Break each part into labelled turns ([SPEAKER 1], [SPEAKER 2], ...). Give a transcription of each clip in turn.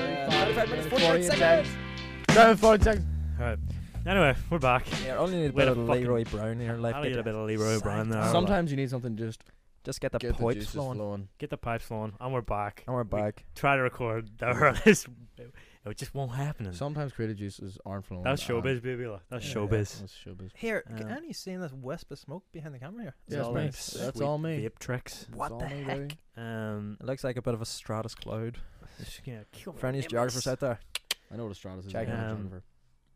[SPEAKER 1] five minutes, 49
[SPEAKER 2] 48
[SPEAKER 1] seconds.
[SPEAKER 2] Seven, four, six.
[SPEAKER 3] Right. Anyway, we're back.
[SPEAKER 1] Yeah, only need a
[SPEAKER 3] Way
[SPEAKER 1] bit
[SPEAKER 3] to
[SPEAKER 1] of
[SPEAKER 3] fucking-
[SPEAKER 1] Leroy Brown here. Life
[SPEAKER 3] I'll get a bit of Leroy Brown there.
[SPEAKER 2] Sometimes you need something just
[SPEAKER 1] Just get the
[SPEAKER 2] get the
[SPEAKER 1] pipes
[SPEAKER 2] juices
[SPEAKER 1] flowing.
[SPEAKER 2] flowing.
[SPEAKER 3] Get the pipes flowing, and we're back.
[SPEAKER 1] And we're back.
[SPEAKER 3] Try to record the earliest. It just won't happen.
[SPEAKER 2] Sometimes creative juices aren't flowing.
[SPEAKER 3] That's
[SPEAKER 2] at all.
[SPEAKER 3] showbiz, baby. like, That's
[SPEAKER 2] Yeah,
[SPEAKER 3] showbiz.
[SPEAKER 2] That's showbiz.
[SPEAKER 4] Here,
[SPEAKER 3] Uh,
[SPEAKER 4] can any seeing this wisp of smoke behind the camera here?
[SPEAKER 2] Yeah, it's
[SPEAKER 3] all
[SPEAKER 2] me.
[SPEAKER 3] me.
[SPEAKER 2] That's
[SPEAKER 3] Sweet
[SPEAKER 2] all me.
[SPEAKER 3] Vape tricks.
[SPEAKER 2] What the heck?
[SPEAKER 3] Um,
[SPEAKER 1] It looks like a bit of a stratus cloud.
[SPEAKER 3] it's gonna kill me.
[SPEAKER 1] For any geographers out there,
[SPEAKER 2] I know what Estrada's is.
[SPEAKER 1] Check
[SPEAKER 2] I know
[SPEAKER 3] it.
[SPEAKER 2] it's
[SPEAKER 3] Um,
[SPEAKER 2] Jennifer.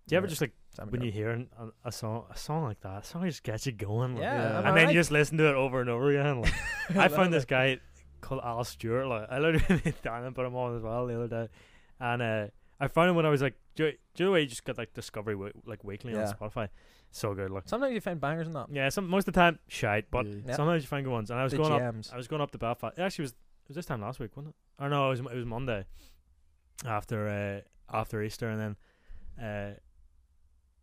[SPEAKER 3] Do you ever
[SPEAKER 1] Yeah.
[SPEAKER 3] just like
[SPEAKER 1] Simon
[SPEAKER 3] when
[SPEAKER 1] Garrett.
[SPEAKER 3] you hear an, a, a song, a song like that, a song just gets you going. like,
[SPEAKER 4] Yeah,
[SPEAKER 2] Yeah.
[SPEAKER 3] and
[SPEAKER 4] am I
[SPEAKER 3] then
[SPEAKER 4] right?
[SPEAKER 3] you just listen to it over and over again. Like, I found this guy called Al Stewart. Like, I literally down and put him on as well the other day, and uh, I found him when I was like, do, you- do you know where you just got like Discovery Wee- like weekly
[SPEAKER 1] Yeah.
[SPEAKER 3] on Spotify? So good. Like,
[SPEAKER 1] Sometimes you find bangers in that.
[SPEAKER 3] yeah, some most of the time shite, but
[SPEAKER 2] Yeah.
[SPEAKER 1] Yeah.
[SPEAKER 3] sometimes you find good ones. And I was
[SPEAKER 1] the
[SPEAKER 3] going up
[SPEAKER 1] gems.
[SPEAKER 3] I was going up to Belfast. It actually was it was this time last week, wasn't it? Or no, it was it was Monday after uh, after Easter, and then uh,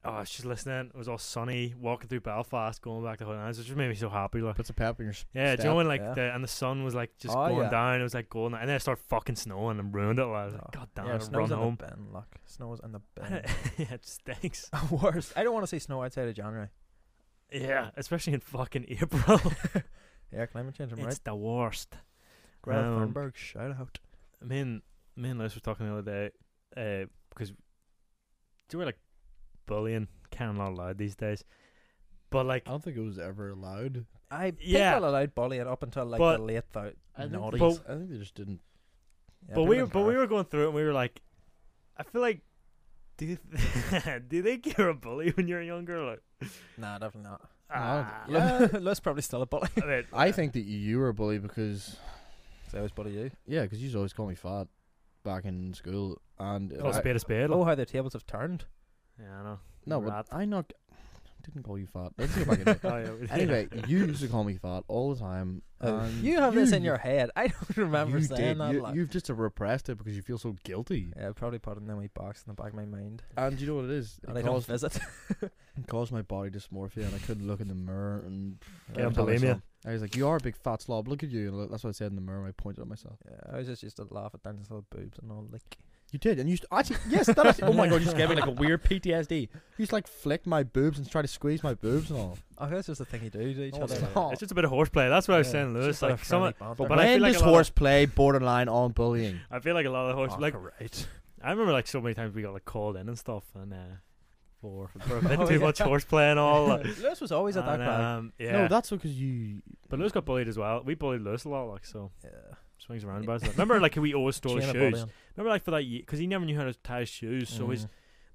[SPEAKER 3] oh, I was just listening. It was all sunny, walking through Belfast, going back to Highlands. It just made me so happy. Like,
[SPEAKER 2] Puts a pep in your s-
[SPEAKER 3] yeah,
[SPEAKER 2] step.
[SPEAKER 3] do you know when like
[SPEAKER 1] yeah.
[SPEAKER 3] the and the sun was like just
[SPEAKER 1] Oh,
[SPEAKER 3] going
[SPEAKER 1] yeah.
[SPEAKER 3] down. It was like golden, and then it started fucking snowing and ruined it. Like, I was
[SPEAKER 1] Oh.
[SPEAKER 3] like, God damn,
[SPEAKER 1] yeah,
[SPEAKER 3] it, run
[SPEAKER 1] snow's in
[SPEAKER 3] home.
[SPEAKER 1] the bin. Look, snow's in the bin.
[SPEAKER 3] yeah, it stinks.
[SPEAKER 1] Worst. I don't want to see snow outside of January.
[SPEAKER 3] Yeah, especially in fucking April.
[SPEAKER 1] Yeah, climate change. I'm right.
[SPEAKER 3] it's the worst.
[SPEAKER 1] Greta
[SPEAKER 3] um,
[SPEAKER 1] Thunberg, shout out.
[SPEAKER 3] me and me and Les were talking the other day, uh, because do we like bullying can not allowed these days, but like
[SPEAKER 1] Oh,
[SPEAKER 2] I don't think it was ever allowed.
[SPEAKER 1] I
[SPEAKER 3] yeah.
[SPEAKER 1] people allowed bullying up until like
[SPEAKER 3] But-
[SPEAKER 1] the late thou-
[SPEAKER 2] I think,
[SPEAKER 1] noughties.
[SPEAKER 3] But-
[SPEAKER 2] I think they just didn't.
[SPEAKER 1] Yeah,
[SPEAKER 3] but
[SPEAKER 1] people
[SPEAKER 3] we
[SPEAKER 1] didn't
[SPEAKER 3] but we
[SPEAKER 1] care.
[SPEAKER 3] were going through it and we were like, I feel like do you do they think you're a bully when you're younger? Like
[SPEAKER 1] nah, definitely not.
[SPEAKER 3] ah,
[SPEAKER 2] No, Yeah.
[SPEAKER 1] Les probably still a bully.
[SPEAKER 3] I mean,
[SPEAKER 2] I think that you were a bully because
[SPEAKER 1] So I was bully you.
[SPEAKER 2] yeah, because you always call me fat back in school, and
[SPEAKER 3] call a
[SPEAKER 2] I-
[SPEAKER 3] spade a spade.
[SPEAKER 1] Oh,
[SPEAKER 3] like.
[SPEAKER 1] how the tables have turned.
[SPEAKER 3] Yeah, I know.
[SPEAKER 2] no,
[SPEAKER 3] rat.
[SPEAKER 2] but I not didn't call you fat. Let's go back in there.
[SPEAKER 3] Oh, yeah, yeah.
[SPEAKER 2] Anyway, you used to call me fat all the time.
[SPEAKER 1] Oh,
[SPEAKER 2] and
[SPEAKER 1] you have this in
[SPEAKER 2] you-
[SPEAKER 1] your head. I don't remember
[SPEAKER 2] you
[SPEAKER 1] saying
[SPEAKER 2] did.
[SPEAKER 1] that.
[SPEAKER 2] You,
[SPEAKER 1] like.
[SPEAKER 2] have just repressed it because you feel so guilty.
[SPEAKER 1] Yeah, I probably put it in the wee box in the back of my mind.
[SPEAKER 2] And you know what it is?
[SPEAKER 1] And
[SPEAKER 2] It
[SPEAKER 1] I don't
[SPEAKER 2] caused,
[SPEAKER 1] visit.
[SPEAKER 2] it caused my body dysmorphia, and I couldn't look in the mirror. And
[SPEAKER 3] Get
[SPEAKER 2] every time I saw
[SPEAKER 3] bulimia.
[SPEAKER 2] him, I was like, "You are a big fat slob. Look at you." And that's what I said in the mirror. and I pointed at myself.
[SPEAKER 1] Yeah, I was just used to laugh at Dan's little boobs and all. Like,
[SPEAKER 2] You did, and you used to, actually yes, that actually, oh my god, you just gave me like a weird PTSD. You just like flick my boobs and try to squeeze my boobs and all.
[SPEAKER 1] oh, that's just the thing you do to each
[SPEAKER 2] Oh,
[SPEAKER 1] other.
[SPEAKER 2] yeah.
[SPEAKER 1] like.
[SPEAKER 3] it's just a bit of horseplay. That's what I was
[SPEAKER 1] Yeah,
[SPEAKER 3] saying, Lewis.
[SPEAKER 1] it's just a
[SPEAKER 3] Like
[SPEAKER 1] friendly
[SPEAKER 3] some,
[SPEAKER 1] banter.
[SPEAKER 2] But
[SPEAKER 3] But I
[SPEAKER 2] when
[SPEAKER 3] feel like
[SPEAKER 2] does
[SPEAKER 3] a lot of-
[SPEAKER 2] horseplay borderline on bullying?
[SPEAKER 3] I feel like a lot of horse
[SPEAKER 1] Oh,
[SPEAKER 3] like
[SPEAKER 1] right.
[SPEAKER 3] I remember like so many times we got like called in and stuff and uh, for for a bit
[SPEAKER 1] Oh,
[SPEAKER 3] too
[SPEAKER 1] yeah.
[SPEAKER 3] much horseplay and all. like,
[SPEAKER 1] Lewis was always at that
[SPEAKER 3] and,
[SPEAKER 1] crowd.
[SPEAKER 3] um, yeah.
[SPEAKER 2] No, that's because you.
[SPEAKER 3] But Lewis got bullied as well. We bullied Lewis a lot, like so
[SPEAKER 1] Yeah.
[SPEAKER 3] swings around about. Remember, like we always stole his
[SPEAKER 1] Chain of
[SPEAKER 3] shoes.
[SPEAKER 1] bullying.
[SPEAKER 3] Remember, like for that year, because he never knew how to tie his shoes, so his
[SPEAKER 1] Mm.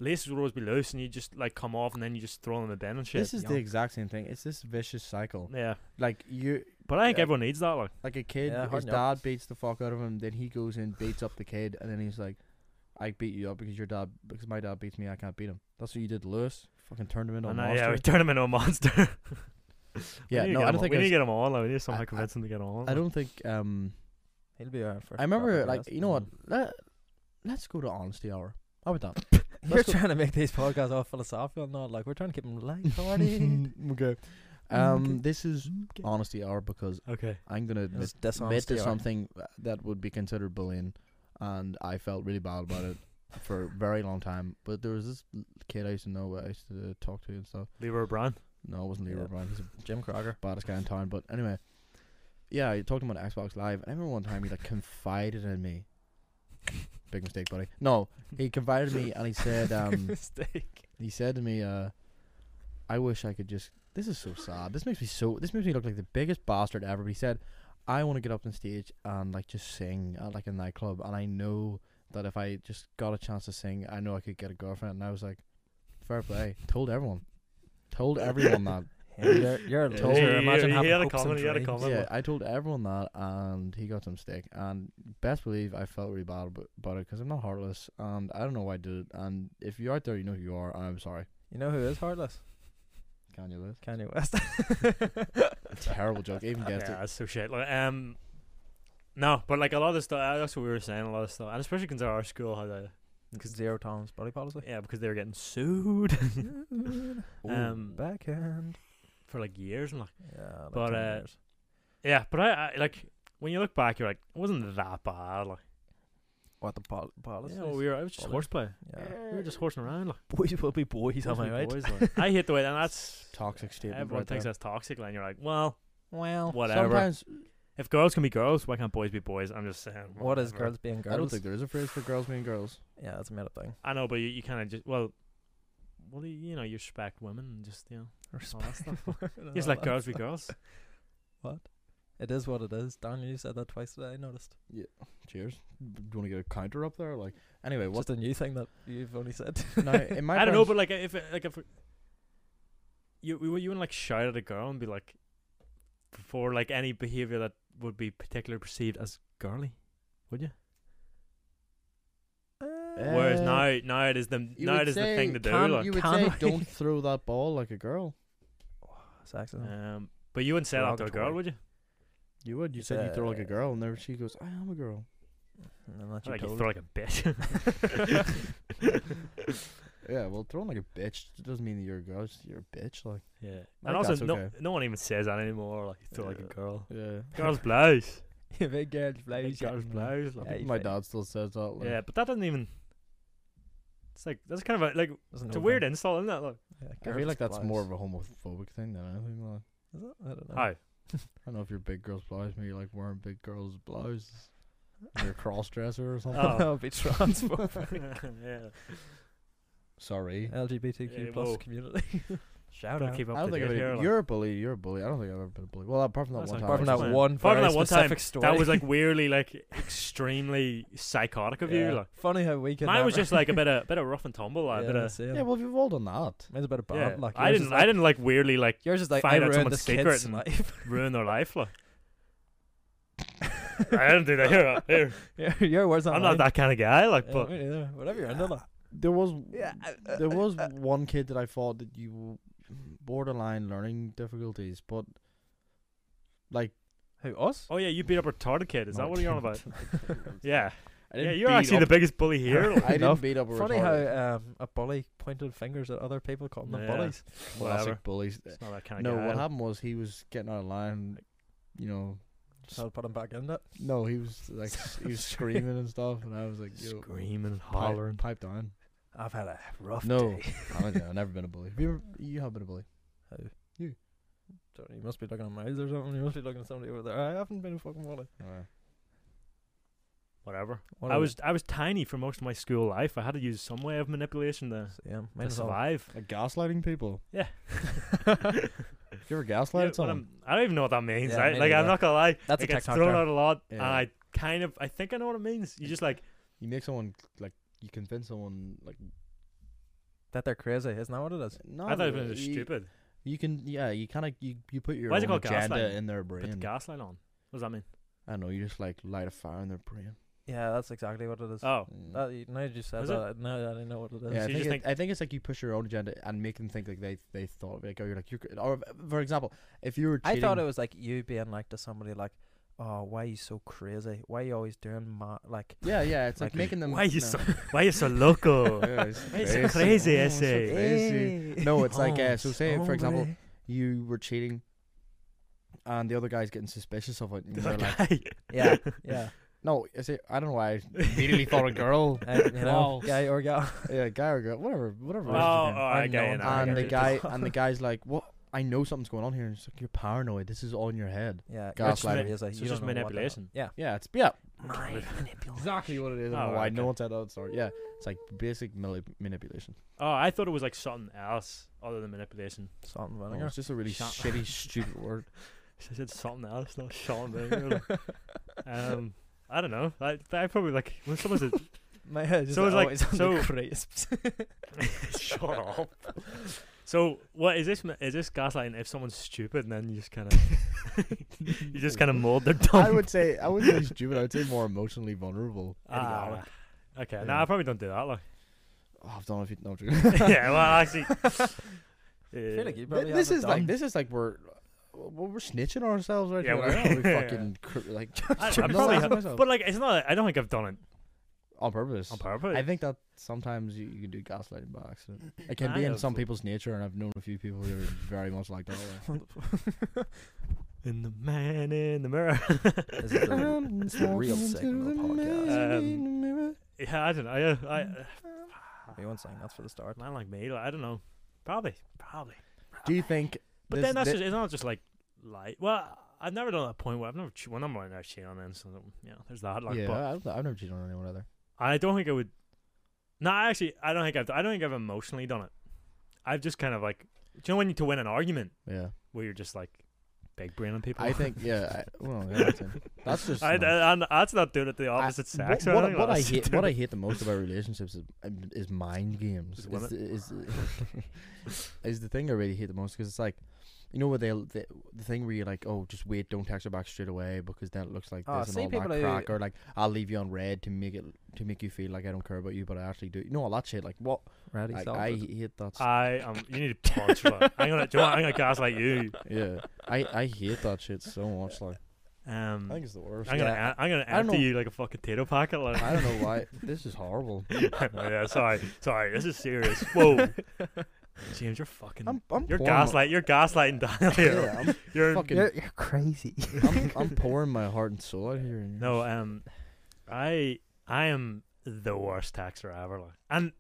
[SPEAKER 3] laces would always be loose, and you just like come off, and then you just throw them in the bin and shit.
[SPEAKER 2] This is the exact same thing. It's this vicious cycle.
[SPEAKER 3] yeah.
[SPEAKER 2] Like you,
[SPEAKER 3] But I think
[SPEAKER 2] Yeah.
[SPEAKER 3] everyone needs that. Like,
[SPEAKER 2] like a kid,
[SPEAKER 1] Yeah,
[SPEAKER 2] his
[SPEAKER 1] harden up.
[SPEAKER 2] dad beats the fuck out of him. Then he goes and beats up the kid, and then he's like, "I beat you up because your dad, because my dad beats me. I can't beat him." That's what you did, to Lewis. Fucking turned him into a
[SPEAKER 3] and, uh,
[SPEAKER 2] monster.
[SPEAKER 3] yeah, we turn him into a monster. We need to get
[SPEAKER 2] Yeah, no, I
[SPEAKER 3] him
[SPEAKER 2] don't
[SPEAKER 3] on-
[SPEAKER 2] think
[SPEAKER 3] we need to
[SPEAKER 2] it's-
[SPEAKER 3] get him on. Like, we need to somehow
[SPEAKER 2] I-
[SPEAKER 3] convince him to get on.
[SPEAKER 2] I don't think. Um,
[SPEAKER 1] He'll be around for.
[SPEAKER 2] I remember,
[SPEAKER 1] proper
[SPEAKER 2] like,
[SPEAKER 1] guys.
[SPEAKER 2] you know what?
[SPEAKER 1] Mm.
[SPEAKER 2] Let, let's go to honesty hour. How about that?
[SPEAKER 1] You're
[SPEAKER 2] Let's go-
[SPEAKER 1] trying to make these podcasts all philosophical and all. Like, we're trying to keep them light-hearted.
[SPEAKER 2] okay. Um, this is honesty hour because
[SPEAKER 3] Okay.
[SPEAKER 2] I'm gonna admit,
[SPEAKER 1] It's
[SPEAKER 2] admit
[SPEAKER 1] dishonesty
[SPEAKER 2] to
[SPEAKER 1] hour.
[SPEAKER 2] something that would be considered bullying, and I felt really bad about it for a very long time. But there was this l- kid I used to know, I used to talk to and stuff.
[SPEAKER 3] Leroy Brown.
[SPEAKER 2] No, it wasn't Leroy
[SPEAKER 1] Yeah.
[SPEAKER 2] Brown. He's a
[SPEAKER 1] Jim Crocker.
[SPEAKER 2] baddest guy in town. But anyway, yeah, I talked about Xbox Live. and I remember one time he like confided in me. Big mistake, buddy. No, he confided in me and he said, um.
[SPEAKER 1] Mistake.
[SPEAKER 2] He said to me, uh, I wish I could just this is so sad. This makes me so this makes me look like the biggest bastard ever. But he said, I want to get up on stage and like just sing at like a nightclub and I know that if I just got a chance to sing, I know I could get a girlfriend and I was like, Fair play. Told everyone. Told everyone that.
[SPEAKER 1] Yeah, you're, you're a
[SPEAKER 2] Yeah,
[SPEAKER 1] loser.
[SPEAKER 2] he-
[SPEAKER 1] Imagine
[SPEAKER 3] he
[SPEAKER 1] having
[SPEAKER 3] had a
[SPEAKER 1] hopes and
[SPEAKER 3] comment, he had a
[SPEAKER 1] dreams.
[SPEAKER 3] comment.
[SPEAKER 2] Yeah, I told everyone that and he got some stick and best believe I felt really bad ab- about it because I'm not heartless and I don't know why I did it and if you're out there you know who you are and I'm sorry.
[SPEAKER 1] You know who is heartless?
[SPEAKER 2] Can you lose?
[SPEAKER 1] Kanye West.
[SPEAKER 2] Terrible joke. I even
[SPEAKER 3] Yeah,
[SPEAKER 2] guessed it.
[SPEAKER 3] that's so shit. Like, um, no, but like a lot of the stuff. Uh, that's what we were saying. A lot of stuff, and especially considering our school had a
[SPEAKER 1] Zero tolerance body policy.
[SPEAKER 3] yeah, because they were getting sued. um,
[SPEAKER 1] Backhand.
[SPEAKER 3] for like years and like
[SPEAKER 1] Yeah, like
[SPEAKER 3] But,
[SPEAKER 1] 10
[SPEAKER 3] uh,
[SPEAKER 1] years.
[SPEAKER 3] yeah. But I, I like when you look back, you're like, it wasn't that bad. Like,
[SPEAKER 1] What the pol- policy?
[SPEAKER 3] Yeah, well, we were. It was just
[SPEAKER 1] Bother.
[SPEAKER 3] horseplay.
[SPEAKER 1] yeah.
[SPEAKER 3] We were just horsing around. Like,
[SPEAKER 1] Boys will be boys,
[SPEAKER 3] boys
[SPEAKER 1] am I
[SPEAKER 3] be
[SPEAKER 1] right?
[SPEAKER 3] boys, like. I hate the way that that's
[SPEAKER 2] Toxic statement.
[SPEAKER 3] Everyone
[SPEAKER 2] right
[SPEAKER 3] thinks
[SPEAKER 2] there.
[SPEAKER 3] that's toxic, and you're like, well,
[SPEAKER 1] Well,
[SPEAKER 3] whatever.
[SPEAKER 2] Sometimes
[SPEAKER 3] if girls can be girls, why can't boys be boys? I'm just saying.
[SPEAKER 1] what is
[SPEAKER 3] whatever.
[SPEAKER 1] girls being girls?
[SPEAKER 2] I don't think there is a phrase for girls being girls.
[SPEAKER 1] yeah, that's a made up thing.
[SPEAKER 3] I know, but you, you kind of just well, well, you, you know, you respect women and just you know, all that stuff.
[SPEAKER 1] No,
[SPEAKER 3] Just like
[SPEAKER 1] that's-
[SPEAKER 3] girls be girls.
[SPEAKER 1] It is what it is. Daniel, you said that twice today. I noticed.
[SPEAKER 2] Cheers. Do you want to get a counter up there? Like anyway,
[SPEAKER 1] What's
[SPEAKER 2] what?
[SPEAKER 1] the new thing that you've only said?
[SPEAKER 2] now, in my
[SPEAKER 3] I don't know,
[SPEAKER 2] parents-
[SPEAKER 3] but like if like if you we you wouldn't like shout at a girl and be like for like any behavior that would be particularly perceived as girly, would you? Whereas
[SPEAKER 2] Uh,
[SPEAKER 3] now now it is the
[SPEAKER 2] you
[SPEAKER 3] now
[SPEAKER 2] would
[SPEAKER 3] it is the
[SPEAKER 2] say,
[SPEAKER 3] thing to do.
[SPEAKER 2] can-
[SPEAKER 3] like,
[SPEAKER 2] you would
[SPEAKER 1] can
[SPEAKER 2] say,
[SPEAKER 1] I?
[SPEAKER 2] don't throw that ball like a girl.
[SPEAKER 1] Sexism.
[SPEAKER 3] um, but you wouldn't say that to a girl,
[SPEAKER 1] Derogatory.
[SPEAKER 3] would you?
[SPEAKER 2] You would. You
[SPEAKER 1] It's,
[SPEAKER 2] said you throw like a
[SPEAKER 1] uh,
[SPEAKER 2] girl, and there she goes, "I am a girl."
[SPEAKER 1] And then that you
[SPEAKER 3] Like you
[SPEAKER 1] told.
[SPEAKER 3] throw like a bitch.
[SPEAKER 2] Yeah, well, throwing like a bitch doesn't mean that you're a girl. Just you're a bitch. Like,
[SPEAKER 3] yeah,
[SPEAKER 2] Like,
[SPEAKER 3] and also
[SPEAKER 2] that's
[SPEAKER 3] no
[SPEAKER 2] okay.
[SPEAKER 3] no one even says that anymore. Like you throw like a
[SPEAKER 2] Yeah.
[SPEAKER 3] girl.
[SPEAKER 2] yeah.
[SPEAKER 3] Girls blouse.
[SPEAKER 1] You big girl,
[SPEAKER 3] Like,
[SPEAKER 1] blouse. yeah.
[SPEAKER 2] Mm-hmm.
[SPEAKER 3] Girls blouse. like.
[SPEAKER 1] Yeah, you
[SPEAKER 2] My
[SPEAKER 1] fit.
[SPEAKER 2] dad still says that. Like,
[SPEAKER 3] Yeah, but that doesn't even. It's like that's kind of a, like
[SPEAKER 1] There's
[SPEAKER 3] it's
[SPEAKER 1] no
[SPEAKER 3] a weird
[SPEAKER 1] thing.
[SPEAKER 3] insult, isn't it? Like,
[SPEAKER 1] Yeah,
[SPEAKER 2] I feel
[SPEAKER 1] girls
[SPEAKER 2] like that's more of
[SPEAKER 1] blouse.
[SPEAKER 2] a homophobic thing than anything. Like,
[SPEAKER 1] Is it? I don't know.
[SPEAKER 3] hi.
[SPEAKER 2] I don't know if you're big girls' blouse, maybe you're like wearing big girls' blouses. You're a cross dresser or something.
[SPEAKER 3] Oh.
[SPEAKER 1] I'll be transphobic.
[SPEAKER 3] yeah.
[SPEAKER 2] Sorry.
[SPEAKER 1] LGBTQ
[SPEAKER 3] Yeah,
[SPEAKER 1] plus
[SPEAKER 3] whoa.
[SPEAKER 1] community. Shout
[SPEAKER 3] Gotta
[SPEAKER 1] out.
[SPEAKER 3] keep up
[SPEAKER 2] I don't
[SPEAKER 3] to
[SPEAKER 2] think I've
[SPEAKER 3] date
[SPEAKER 2] ever-
[SPEAKER 3] here, like.
[SPEAKER 2] you're a bully. You're a bully. I don't think I've ever been a bully. Well, apart from that
[SPEAKER 3] That's
[SPEAKER 2] one
[SPEAKER 3] like-
[SPEAKER 2] time.
[SPEAKER 1] Apart from that
[SPEAKER 2] actually.
[SPEAKER 3] Fine.
[SPEAKER 1] one,
[SPEAKER 3] Apart from
[SPEAKER 1] very
[SPEAKER 3] that one time,
[SPEAKER 1] specific story.
[SPEAKER 3] That was like weirdly like extremely psychotic of
[SPEAKER 1] Yeah.
[SPEAKER 3] you. Like
[SPEAKER 1] funny how we can.
[SPEAKER 3] mine was just like a bit of bit of rough and tumble, like, a bit of
[SPEAKER 2] Yeah, well, we've all done that.
[SPEAKER 1] mine's a bit of bad.
[SPEAKER 3] yeah.
[SPEAKER 1] Like
[SPEAKER 3] I
[SPEAKER 1] yours
[SPEAKER 3] didn't
[SPEAKER 1] is like-
[SPEAKER 3] I didn't like weirdly like
[SPEAKER 1] Yours is like I
[SPEAKER 3] find out
[SPEAKER 1] ruined
[SPEAKER 3] someone's
[SPEAKER 1] this
[SPEAKER 3] secret
[SPEAKER 1] kid's
[SPEAKER 3] and-
[SPEAKER 1] life.
[SPEAKER 3] ruin their life. Like I didn't do that here. here.
[SPEAKER 1] yeah, your words
[SPEAKER 3] I'm not that kind of guy. Like,
[SPEAKER 1] Yeah,
[SPEAKER 3] but
[SPEAKER 1] me neither. whatever you're into. Like.
[SPEAKER 2] There was
[SPEAKER 1] Yeah, uh,
[SPEAKER 2] there
[SPEAKER 1] uh,
[SPEAKER 2] was
[SPEAKER 1] uh,
[SPEAKER 2] one kid that I thought that you borderline learning difficulties, but like
[SPEAKER 1] Who us?
[SPEAKER 3] oh yeah, you beat up a retarded kid. Is
[SPEAKER 2] No,
[SPEAKER 3] that
[SPEAKER 2] I
[SPEAKER 3] what you're on about? yeah, yeah.
[SPEAKER 2] I didn't
[SPEAKER 3] You're
[SPEAKER 2] beat
[SPEAKER 3] actually the
[SPEAKER 2] up-
[SPEAKER 3] biggest bully here. like.
[SPEAKER 2] I didn't
[SPEAKER 1] enough.
[SPEAKER 2] beat up a
[SPEAKER 1] Funny
[SPEAKER 2] retarded.
[SPEAKER 1] how um, a bully pointed fingers at other people, calling them
[SPEAKER 3] Yeah.
[SPEAKER 1] bullies.
[SPEAKER 3] Whatever.
[SPEAKER 2] classic bullies.
[SPEAKER 3] It's not that kind of
[SPEAKER 2] No,
[SPEAKER 3] guy.
[SPEAKER 2] what happened was he was getting out of line. You know,
[SPEAKER 1] So I'll put them back in it.
[SPEAKER 2] no, he was like s- he was screaming and stuff, and I was like, Yo,
[SPEAKER 3] Screaming and
[SPEAKER 2] pipe-
[SPEAKER 3] hollering.
[SPEAKER 2] pipe down.
[SPEAKER 1] I've had a rough
[SPEAKER 2] No.
[SPEAKER 1] day.
[SPEAKER 2] I don't know, I've never been a bully. Have you, ever, you have been a bully.
[SPEAKER 1] Sorry, you must be looking at my eyes or something. You must be looking at somebody over there. I haven't been a fucking bully.
[SPEAKER 2] Uh,
[SPEAKER 3] Whatever.
[SPEAKER 1] What
[SPEAKER 3] I
[SPEAKER 1] are we-
[SPEAKER 3] was I was tiny for most of my school life. I had to use some way of manipulation to,
[SPEAKER 1] Yeah,
[SPEAKER 3] to
[SPEAKER 1] mine was all-
[SPEAKER 3] survive.
[SPEAKER 2] Like gaslighting people.
[SPEAKER 3] Yeah.
[SPEAKER 2] You
[SPEAKER 3] Yeah,
[SPEAKER 2] ever gaslight
[SPEAKER 3] but
[SPEAKER 2] someone?
[SPEAKER 3] I'm- I don't even know what that means.
[SPEAKER 1] Yeah,
[SPEAKER 3] right?
[SPEAKER 1] me
[SPEAKER 3] Like I'm
[SPEAKER 1] neither.
[SPEAKER 3] not gonna lie.
[SPEAKER 1] That's
[SPEAKER 3] it
[SPEAKER 1] a
[SPEAKER 3] gets
[SPEAKER 1] TikTok
[SPEAKER 3] thrown
[SPEAKER 1] term.
[SPEAKER 3] out a lot, and
[SPEAKER 2] Yeah.
[SPEAKER 3] I kind of I think I know what it means. You just like
[SPEAKER 2] You make someone like you convince someone like
[SPEAKER 1] That they're crazy. Isn't that what it is?
[SPEAKER 2] no.
[SPEAKER 3] I thought it was just
[SPEAKER 2] you,
[SPEAKER 3] stupid.
[SPEAKER 2] You can yeah. You kind of you, you put your
[SPEAKER 3] Why is it
[SPEAKER 2] own
[SPEAKER 3] called gaslighting?
[SPEAKER 2] agenda in their
[SPEAKER 3] Put the
[SPEAKER 2] brain.
[SPEAKER 3] gaslight on. What does that mean?
[SPEAKER 2] I know you just like light a fire in their brain.
[SPEAKER 1] Yeah, that's exactly what it is.
[SPEAKER 3] Oh,
[SPEAKER 2] Mm.
[SPEAKER 1] That, Uh, you- now you just said
[SPEAKER 3] Is it?
[SPEAKER 1] that. Now I didn't know what it is.
[SPEAKER 2] yeah, I
[SPEAKER 3] so you
[SPEAKER 2] think,
[SPEAKER 3] just
[SPEAKER 2] it-
[SPEAKER 3] think-
[SPEAKER 2] I think it's like you push your own agenda and make them think like they they thought like oh you're like you're cr- or for example if you were
[SPEAKER 1] I
[SPEAKER 2] cheating,
[SPEAKER 1] thought it was like you being like to somebody like, "Oh, why are you so crazy? Why are you always doing ma- like?"
[SPEAKER 2] yeah yeah it's like,
[SPEAKER 1] Like,
[SPEAKER 2] making them
[SPEAKER 3] why you
[SPEAKER 2] no.
[SPEAKER 3] so why you so loco?
[SPEAKER 2] Yeah, it's
[SPEAKER 3] Why you so crazy,
[SPEAKER 2] Oh,
[SPEAKER 1] Mm,
[SPEAKER 3] I
[SPEAKER 2] it's so
[SPEAKER 3] say.
[SPEAKER 2] crazy. No, it's like, uh, so say, for example,
[SPEAKER 1] Oh, hombre.
[SPEAKER 2] you were cheating and the other guy's getting suspicious of it and
[SPEAKER 3] The
[SPEAKER 2] you're like
[SPEAKER 3] guy.
[SPEAKER 1] Yeah, yeah.
[SPEAKER 2] no is it I don't know why I immediately thought a girl
[SPEAKER 1] Uh, you know,
[SPEAKER 2] Balls.
[SPEAKER 1] guy or gal.
[SPEAKER 2] yeah guy or girl whatever whatever
[SPEAKER 3] Oh,
[SPEAKER 2] it is.
[SPEAKER 1] Origin.
[SPEAKER 3] all right, guy.
[SPEAKER 1] Unknown.
[SPEAKER 3] and I
[SPEAKER 2] and the
[SPEAKER 3] get it.
[SPEAKER 2] guy and the guy's like what I know something's going on here and it's like you're paranoid this is all in your head
[SPEAKER 1] Yeah, you're
[SPEAKER 2] Gaslighting.
[SPEAKER 1] crazy, it's like,
[SPEAKER 3] So
[SPEAKER 1] you
[SPEAKER 3] just
[SPEAKER 1] don't know what the-
[SPEAKER 3] manipulation.
[SPEAKER 1] Yeah,
[SPEAKER 2] yeah it's yeah
[SPEAKER 1] mind manipulation.
[SPEAKER 2] exactly what it is I don't
[SPEAKER 3] Oh,
[SPEAKER 2] know why
[SPEAKER 3] okay.
[SPEAKER 2] no one said that sorry yeah it's like basic mili- manipulation
[SPEAKER 3] Oh, I thought it was like something else other than manipulation.
[SPEAKER 1] Salt and
[SPEAKER 2] Oh,
[SPEAKER 1] vinegar.
[SPEAKER 2] it's just a really
[SPEAKER 3] Shut-
[SPEAKER 2] shitty stupid word
[SPEAKER 3] I said something else, not Sean Banger. um, I don't know. I, I probably like when someone said
[SPEAKER 1] My head is
[SPEAKER 3] So it's like-
[SPEAKER 1] always on
[SPEAKER 3] so-
[SPEAKER 1] the crisps.
[SPEAKER 3] "Shut up." So what is this? ma- Is this gaslighting? If someone's stupid, and then you just kind of you just kind of mold their dumb.
[SPEAKER 2] I would say I wouldn't say stupid I would say more emotionally vulnerable
[SPEAKER 3] Ah, okay. No,
[SPEAKER 2] Yeah.
[SPEAKER 3] I probably don't do that. Like,
[SPEAKER 2] oh, I've done a few no, I'm joking.
[SPEAKER 3] yeah. Well, actually,
[SPEAKER 1] I feel like you
[SPEAKER 2] Th-
[SPEAKER 1] probably
[SPEAKER 2] this
[SPEAKER 1] have it
[SPEAKER 2] is like
[SPEAKER 1] done.
[SPEAKER 2] this is like we're well, we're snitching on ourselves right
[SPEAKER 3] Yeah,
[SPEAKER 2] here.
[SPEAKER 3] we're-
[SPEAKER 2] Like, are we
[SPEAKER 3] yeah.
[SPEAKER 2] fucking cr- like
[SPEAKER 3] I, I
[SPEAKER 2] criminalizing
[SPEAKER 3] probably, have,
[SPEAKER 2] myself?
[SPEAKER 3] but like, it's not. I don't think I've done it
[SPEAKER 2] on purpose.
[SPEAKER 3] on purpose.
[SPEAKER 2] I think that sometimes you, you can do gaslighting by accident. It can
[SPEAKER 3] I
[SPEAKER 2] be in
[SPEAKER 3] have-
[SPEAKER 2] some people's nature, and I've known a few people who are very much like that. way.
[SPEAKER 3] in the man in the mirror.
[SPEAKER 1] This is the- it's the real signal podcast.
[SPEAKER 3] Um, Yeah, I don't know. I, I,
[SPEAKER 1] You won't sing. That's for the start.
[SPEAKER 3] man like me, like, I don't know. Probably, probably.
[SPEAKER 2] Do you think?
[SPEAKER 3] But
[SPEAKER 2] this-
[SPEAKER 3] then that's
[SPEAKER 2] thi-
[SPEAKER 3] just, it's not just like light. Well, I've never done that point where I've never che- well, I'm right now cheating on them, so yeah, there's that. Like,
[SPEAKER 2] yeah,
[SPEAKER 3] but
[SPEAKER 2] I don't, I've never cheated on anyone either.
[SPEAKER 3] I don't think I would. No, I actually, I don't think I've. I don't think I've emotionally done it. I've just kind of like, do you know when you to win an argument
[SPEAKER 2] Yeah,
[SPEAKER 3] where you're just like big braining people?
[SPEAKER 2] I think yeah. I, well, yeah, that's, it. That's just.
[SPEAKER 3] I,
[SPEAKER 2] no.
[SPEAKER 3] I, I, that's not doing Oh, it to the
[SPEAKER 2] I-
[SPEAKER 3] opposite
[SPEAKER 2] what-
[SPEAKER 3] sex.
[SPEAKER 2] What,
[SPEAKER 3] I, don't think
[SPEAKER 2] what I
[SPEAKER 3] that's
[SPEAKER 2] hate,
[SPEAKER 3] doing
[SPEAKER 2] what I
[SPEAKER 3] it-
[SPEAKER 2] hate the most about relationships is, um, is mind games.
[SPEAKER 3] Is
[SPEAKER 2] Is,
[SPEAKER 3] women.
[SPEAKER 2] the- is, the- is the thing I really hate the most because it's like, you know, where they the, the thing where you're like, oh, just wait, don't text her back straight away because then it looks like
[SPEAKER 1] Oh,
[SPEAKER 2] this
[SPEAKER 1] see,
[SPEAKER 2] and all
[SPEAKER 1] people
[SPEAKER 2] that
[SPEAKER 1] who-
[SPEAKER 2] crack, or like I'll leave you on red to make it to make you feel like I don't care about you, but I actually do. You know all that shit. Like what?
[SPEAKER 1] Ready,
[SPEAKER 2] I,
[SPEAKER 1] stop.
[SPEAKER 2] I hate that. s-
[SPEAKER 3] I um, you need to punch. like, I'm gonna, do you know what, I'm gonna gaslight you.
[SPEAKER 2] yeah, I I hate that shit so much. Like
[SPEAKER 3] Um,
[SPEAKER 2] I think it's the worst.
[SPEAKER 3] I'm gonna, em- I'm gonna
[SPEAKER 2] I don't
[SPEAKER 3] empty
[SPEAKER 2] know.
[SPEAKER 3] you like a fucking potato packet. Like,
[SPEAKER 2] I don't know why this is horrible.
[SPEAKER 3] Oh, yeah, sorry, sorry, this is serious. Whoa, James, you're fucking,
[SPEAKER 2] I'm, I'm
[SPEAKER 3] you're
[SPEAKER 2] pouring my-
[SPEAKER 3] gaslight, you're gaslighting Daniel. here.
[SPEAKER 2] Yeah, I'm
[SPEAKER 3] You're
[SPEAKER 2] fucking
[SPEAKER 4] you're crazy.
[SPEAKER 2] I'm, I'm pouring my heart and soul out here. And you're
[SPEAKER 3] No,
[SPEAKER 2] just-
[SPEAKER 3] um, I I am the worst taxer ever, like, and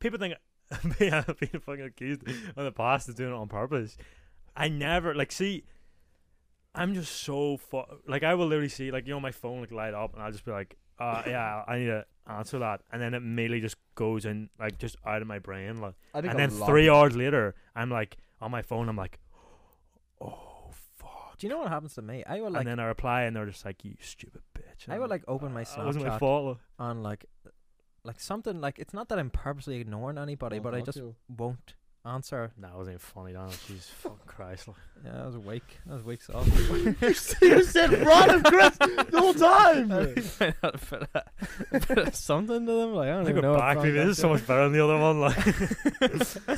[SPEAKER 3] people think I've been fucking accused in the past of doing it on purpose. I never like see. I'm just so fu- like I will literally see like you know my phone like light up and I'll just be like, uh, yeah, I need to answer that, and then it immediately just goes in like just out of my brain, like,
[SPEAKER 2] I think
[SPEAKER 3] and
[SPEAKER 2] I'm
[SPEAKER 3] then
[SPEAKER 2] locked.
[SPEAKER 3] three hours later, I'm like on my phone, I'm like, oh fuck.
[SPEAKER 1] Do you know what happens to me? I will
[SPEAKER 3] and
[SPEAKER 1] like
[SPEAKER 3] then I reply, and they're just like, "You stupid bitch."
[SPEAKER 1] I would, like, open my
[SPEAKER 3] It wasn't my
[SPEAKER 1] Snapchat
[SPEAKER 3] fault.
[SPEAKER 1] on like like something like it's not that I'm purposely ignoring
[SPEAKER 2] Oh,
[SPEAKER 1] anybody, but I just won't answer.
[SPEAKER 3] No, it wasn't even funny, Daniel. Jesus fucking Christ. like.
[SPEAKER 1] Yeah, that was weak. That was weak sauce.
[SPEAKER 2] you said Ron and Chris the whole time.
[SPEAKER 1] something to them. Like I
[SPEAKER 3] I
[SPEAKER 1] don't
[SPEAKER 3] think
[SPEAKER 1] even
[SPEAKER 3] we're
[SPEAKER 1] know.
[SPEAKER 3] back. Maybe this is so much better than the other one.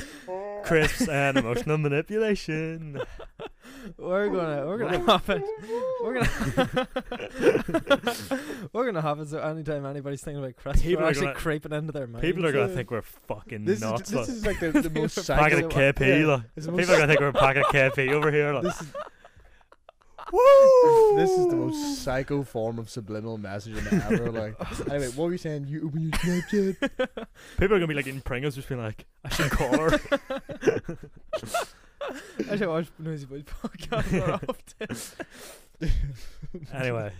[SPEAKER 3] Like crisps and emotional manipulation.
[SPEAKER 1] We're gonna we're gonna hop it. We're gonna we're gonna hop it. So anytime anybody's thinking about Chris,
[SPEAKER 3] People
[SPEAKER 1] people
[SPEAKER 3] are
[SPEAKER 1] are actually
[SPEAKER 3] gonna-
[SPEAKER 1] creeping into their minds.
[SPEAKER 3] People are gonna
[SPEAKER 2] uh,
[SPEAKER 3] think we're fucking
[SPEAKER 2] This is
[SPEAKER 3] nuts.
[SPEAKER 2] this
[SPEAKER 3] like.
[SPEAKER 2] is like the, the most
[SPEAKER 3] Packet of
[SPEAKER 2] psycho.
[SPEAKER 3] KP,
[SPEAKER 2] yeah,
[SPEAKER 3] like.
[SPEAKER 2] it's the
[SPEAKER 3] people are
[SPEAKER 2] most-
[SPEAKER 3] gonna think we're a packet of KP over here. Like.
[SPEAKER 2] This is
[SPEAKER 3] Woo!
[SPEAKER 2] this is the most psycho form of subliminal messaging ever. Like, anyway, what were you saying? You open your Snapchat.
[SPEAKER 3] People are gonna be like in Pringles, just being like, "I should call her."
[SPEAKER 1] I should watch Noisy Boys podcast more often.
[SPEAKER 3] anyway,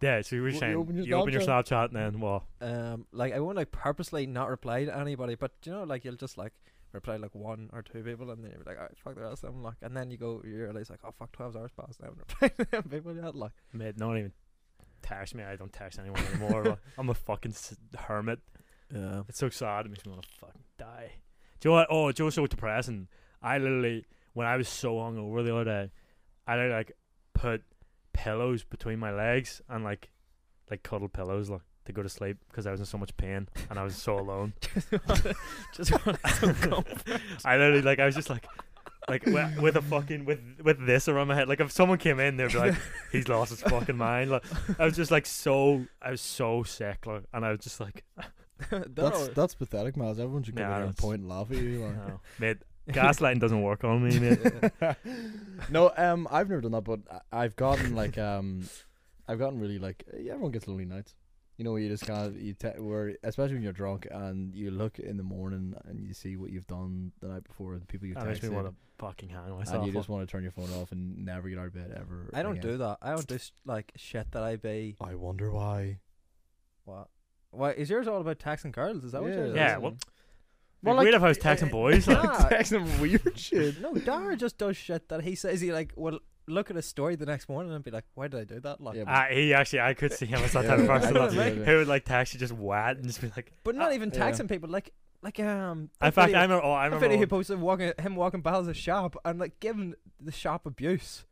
[SPEAKER 3] yeah. So you were
[SPEAKER 2] You
[SPEAKER 3] saying you
[SPEAKER 2] open
[SPEAKER 3] open your,
[SPEAKER 2] your
[SPEAKER 3] Snapchat, and then well,
[SPEAKER 1] Um, like I won't like purposely not reply to anybody, but you know, like you'll just like reply like one or two people, and then you're like, alright, fuck the rest of them, like, and then you go, you realize like, oh fuck, twelve hours passed, I haven't replied to them people yet, like,
[SPEAKER 3] Mate, not even text me. I don't text anyone anymore. like, I'm a fucking s- hermit.
[SPEAKER 1] yeah,
[SPEAKER 3] It's so sad. It makes me want to fucking die. Do you know what? Oh, Joe's so depressing. I literally, when I was so hungover the other day, I literally, like put pillows between my legs and like like cuddle pillows like to go to sleep because I was in so much pain and I was so alone.
[SPEAKER 1] just want some comfort.
[SPEAKER 3] I literally like I was just like like with, with a fucking with with this around my head. Like if someone came in, they'd be like, "He's lost his fucking mind." Like I was just like so I was so sick, like, and I was just like,
[SPEAKER 2] That's that's pathetic, Miles. Everyone should go
[SPEAKER 3] Nah,
[SPEAKER 2] over there and
[SPEAKER 3] that's-
[SPEAKER 2] point and laugh at you. Like.
[SPEAKER 3] "No, mate, gaslighting doesn't work on me, mate."
[SPEAKER 2] no, um, I've never done that, but I- I've gotten like, um, I've gotten really like, yeah, everyone gets lonely nights. You know, where you just kind of, you te- where, especially when you're drunk and you look in the morning and you see what you've done the night before, the people you've
[SPEAKER 3] That makes me want
[SPEAKER 2] texted,
[SPEAKER 3] to fucking hang
[SPEAKER 2] and
[SPEAKER 3] myself.
[SPEAKER 2] you just
[SPEAKER 3] like.
[SPEAKER 2] want to turn your phone off and never get out of bed ever.
[SPEAKER 1] I don't
[SPEAKER 2] again.
[SPEAKER 1] do that. I don't do s- like shit that I be.
[SPEAKER 2] I wonder why.
[SPEAKER 1] What? Why is yours all about taxing girls? Is that what yours?
[SPEAKER 3] Yeah,
[SPEAKER 1] is?
[SPEAKER 3] what- It'd be
[SPEAKER 2] Well, like- eh,
[SPEAKER 3] weird if I was texting boys. Like,
[SPEAKER 1] Nah.
[SPEAKER 2] texting weird shit.
[SPEAKER 1] No, Dara just does shit that he says he like will look at a story the next morning and be like, why did I do that? Like,
[SPEAKER 2] Yeah,
[SPEAKER 3] I, uh, he actually, I could see him as that
[SPEAKER 2] Yeah,
[SPEAKER 3] type of
[SPEAKER 2] I
[SPEAKER 3] person.
[SPEAKER 1] know
[SPEAKER 3] like,
[SPEAKER 1] what I mean.
[SPEAKER 3] Who would like text you just wet and just be like,
[SPEAKER 1] but not even
[SPEAKER 2] Uh, yeah.
[SPEAKER 1] taxing people. Like, like um.
[SPEAKER 3] "In
[SPEAKER 1] that
[SPEAKER 3] fact,
[SPEAKER 1] video-
[SPEAKER 3] I remember. Oh, I
[SPEAKER 1] A
[SPEAKER 3] remember.
[SPEAKER 1] video he
[SPEAKER 3] one-
[SPEAKER 1] posted walking him walking past a shop and like giving the shop abuse.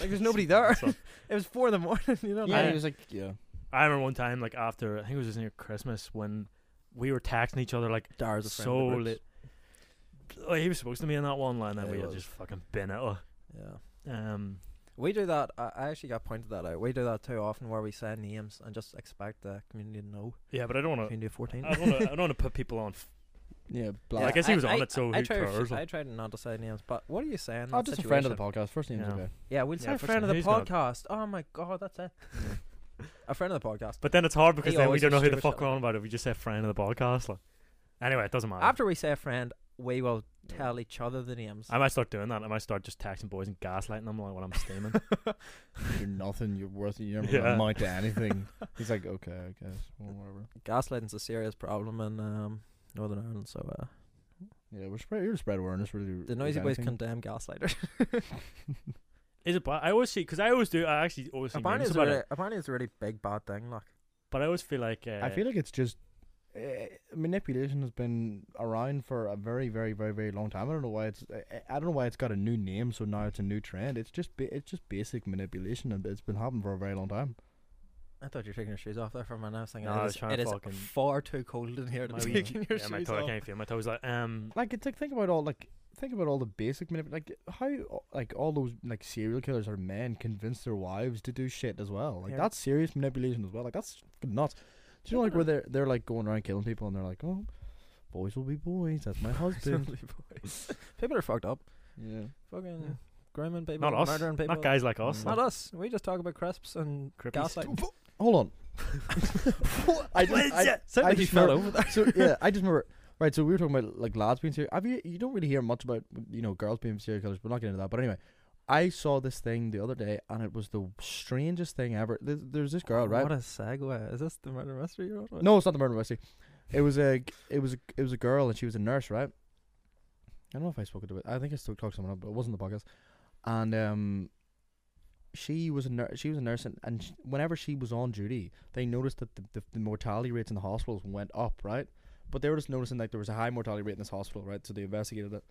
[SPEAKER 1] Like there's nobody there.
[SPEAKER 3] So-
[SPEAKER 1] It was four in the morning, you know.
[SPEAKER 2] yeah,
[SPEAKER 1] like-
[SPEAKER 2] he was like, yeah.
[SPEAKER 3] I remember one time, like after I think it was just near Christmas, when we were texting each other like
[SPEAKER 1] Dara's a friend of
[SPEAKER 3] so
[SPEAKER 1] the groups.
[SPEAKER 3] lit. Like, he was supposed to be in that one line, and
[SPEAKER 1] Yeah,
[SPEAKER 3] we
[SPEAKER 1] he
[SPEAKER 3] had
[SPEAKER 1] was.
[SPEAKER 3] just fucking been it. like,
[SPEAKER 1] Yeah,
[SPEAKER 3] Um,
[SPEAKER 1] we do that. I, I actually got pointed that out. We do that too often, where we say names and just expect the community to know.
[SPEAKER 3] yeah, but I don't want to.
[SPEAKER 1] Community of fourteen.
[SPEAKER 3] I don't want to. I don't want to put people on. F-
[SPEAKER 2] Yeah,
[SPEAKER 3] I
[SPEAKER 2] black.
[SPEAKER 3] guess he was on it, so
[SPEAKER 1] I
[SPEAKER 3] who
[SPEAKER 1] try to
[SPEAKER 3] cares,
[SPEAKER 1] f-
[SPEAKER 3] like-
[SPEAKER 1] I tried not to say names, but what are you saying?
[SPEAKER 2] oh, just a friend of the podcast. First name's
[SPEAKER 3] Yeah.
[SPEAKER 2] okay.
[SPEAKER 1] Yeah, we'll
[SPEAKER 3] Yeah,
[SPEAKER 1] say
[SPEAKER 3] first
[SPEAKER 1] friend of
[SPEAKER 3] name.
[SPEAKER 1] the
[SPEAKER 3] Who's gonna-
[SPEAKER 1] podcast. Oh my god, that's it. a friend of the podcast.
[SPEAKER 3] But then it's hard because
[SPEAKER 1] He
[SPEAKER 3] then we
[SPEAKER 1] always
[SPEAKER 3] don't know
[SPEAKER 1] has
[SPEAKER 3] who the
[SPEAKER 1] stupid
[SPEAKER 3] fuck
[SPEAKER 1] shit
[SPEAKER 3] we're
[SPEAKER 1] like
[SPEAKER 3] on about if we just say friend of the podcast. Like. Anyway, it doesn't matter.
[SPEAKER 1] After we say a friend, we will tell each other the names.
[SPEAKER 3] I might start doing that. I might start just texting boys and gaslighting them like when I'm steaming.
[SPEAKER 2] You're nothing. You're worth. You never
[SPEAKER 3] Yeah.
[SPEAKER 2] amount to anything. He's like, okay, I guess, well, whatever.
[SPEAKER 1] Gaslighting's a serious problem in um, Northern Ireland, so uh,
[SPEAKER 2] Yeah, we're spread. You're spread awareness. Really,
[SPEAKER 1] the
[SPEAKER 2] if
[SPEAKER 1] noisy boys
[SPEAKER 2] anything.
[SPEAKER 1] condemn gaslighters.
[SPEAKER 3] Is it bad? I always see because I always do. I actually always see
[SPEAKER 1] apparently,
[SPEAKER 3] memes
[SPEAKER 1] it's
[SPEAKER 3] about
[SPEAKER 1] really,
[SPEAKER 3] it,
[SPEAKER 1] apparently, it's a really big bad thing. Like,
[SPEAKER 3] but I always feel like uh,
[SPEAKER 2] I feel like it's just uh, manipulation has been around for a very, very, very, very long time. I don't know why it's. I, I- I don't know why it's got a new name. So now it's a new trend. It's just. Ba- it's just basic manipulation, and it's been happening for a very long time.
[SPEAKER 1] I thought you were taking your shoes off there for a minute. I was thinking
[SPEAKER 3] No, I
[SPEAKER 1] it
[SPEAKER 3] was
[SPEAKER 1] is,
[SPEAKER 3] trying
[SPEAKER 1] it
[SPEAKER 3] to
[SPEAKER 1] is
[SPEAKER 3] fucking-
[SPEAKER 1] far too cold in here to
[SPEAKER 3] my
[SPEAKER 1] be
[SPEAKER 3] wee-
[SPEAKER 1] taking your
[SPEAKER 3] yeah, my
[SPEAKER 1] shoes
[SPEAKER 3] toe. I
[SPEAKER 1] off.
[SPEAKER 3] can't feel my toes. Like um,
[SPEAKER 2] Like it's like think about all like think about all the basic manip- like how like all those like serial killers are men convince their wives to do shit as well. Like
[SPEAKER 1] Yeah.
[SPEAKER 2] that's serious manipulation as well. Like that's fucking nuts. Do you know like where they're they're like going around killing people and they're like, oh, boys will be boys. That's my husband.
[SPEAKER 1] People are fucked up.
[SPEAKER 2] yeah.
[SPEAKER 1] Fucking
[SPEAKER 3] Yeah.
[SPEAKER 1] grooming people,
[SPEAKER 3] not us,
[SPEAKER 1] murdering people.
[SPEAKER 3] not guys like us.
[SPEAKER 2] Mm.
[SPEAKER 1] Not
[SPEAKER 3] like,
[SPEAKER 1] us. We just talk about crisps and
[SPEAKER 3] Crippies.
[SPEAKER 1] gaslighting.
[SPEAKER 2] Hold on. I just,
[SPEAKER 3] Well,
[SPEAKER 2] I,
[SPEAKER 3] yeah,
[SPEAKER 1] Sound
[SPEAKER 2] I
[SPEAKER 1] like you
[SPEAKER 2] just
[SPEAKER 1] fell
[SPEAKER 2] remember-
[SPEAKER 1] over there.
[SPEAKER 2] so yeah, I just remember. Right, so we were talking about like lads being serial. Have you? You don't really hear much about you know girls being serial killers. We're not getting into that. But anyway, I saw this thing the other day, and it was the strangest thing ever. There's, there's this girl, right?
[SPEAKER 1] Oh, What a segue. Is this the murder mystery you're on? about?
[SPEAKER 2] No, it's not the murder mystery. It was a g- it was a, it was a girl and she was a nurse, right? I don't know if I spoke to it. I think I still talked to someone up, but it wasn't the podcast. And um, she was a nurse. She was a nurse, and, and sh whenever she was on duty, they noticed that the, the, the mortality rates in the hospitals went up, right? But they were just noticing like there was a high mortality rate in this hospital, right? So they investigated it,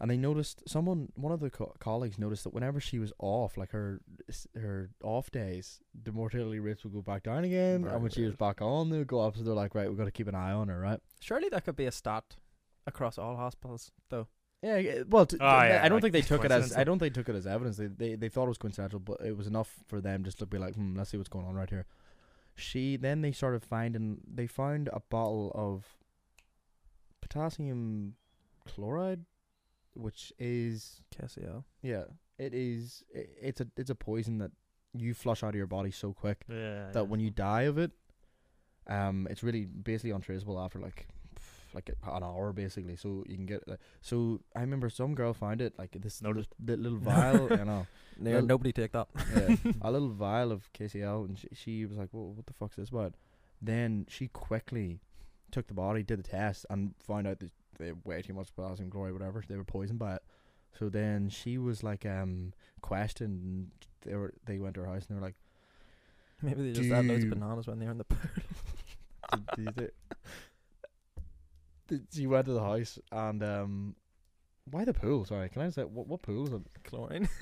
[SPEAKER 2] and they noticed someone, one of the co- colleagues noticed that whenever she was off, like her her off days, the mortality rates would go back down again,
[SPEAKER 1] Right,
[SPEAKER 2] and when she was
[SPEAKER 1] right.
[SPEAKER 2] back on, they would go up. So they're like, right, we've got to keep an eye on her, right?
[SPEAKER 1] Surely that could be a stat across all hospitals, though.
[SPEAKER 2] Yeah, yeah, well, t-
[SPEAKER 3] Oh,
[SPEAKER 2] I-
[SPEAKER 3] yeah,
[SPEAKER 2] I don't
[SPEAKER 3] like
[SPEAKER 2] think they took it as I
[SPEAKER 3] coincidental.
[SPEAKER 2] don't think they took it as evidence. They, they they thought it was coincidental, but it was enough for them just to be like, hmm, let's see what's going on right here. She then they started finding they found a bottle of potassium chloride, which is
[SPEAKER 1] KCL.
[SPEAKER 2] yeah, it is i it's a it's a poison that you flush out of your body so quick
[SPEAKER 3] yeah, yeah.
[SPEAKER 2] that when you die of it, um, it's really basically untraceable after like pff, like a- an hour basically. So you can get like so I remember some girl found it like this little,
[SPEAKER 3] Noted.
[SPEAKER 2] the little vial, you know,
[SPEAKER 1] No,
[SPEAKER 2] Well-
[SPEAKER 1] nobody take that.
[SPEAKER 2] yeah, a little vial of KCL, and she, she was like, "Well, what the fuck's this about?" Then she quickly took the body, did the test, and found out that they had way too much potassium chloride, whatever. They were poisoned by it. So then she was like, um, questioned. And they were they went to her house and they were like.
[SPEAKER 1] Maybe they just add loads of
[SPEAKER 2] Dude.
[SPEAKER 1] bananas when they're in the pool.
[SPEAKER 2] did, did it. Did, she went to the house and um, why the pool? Sorry, can I say what what pool is it?
[SPEAKER 1] Chlorine.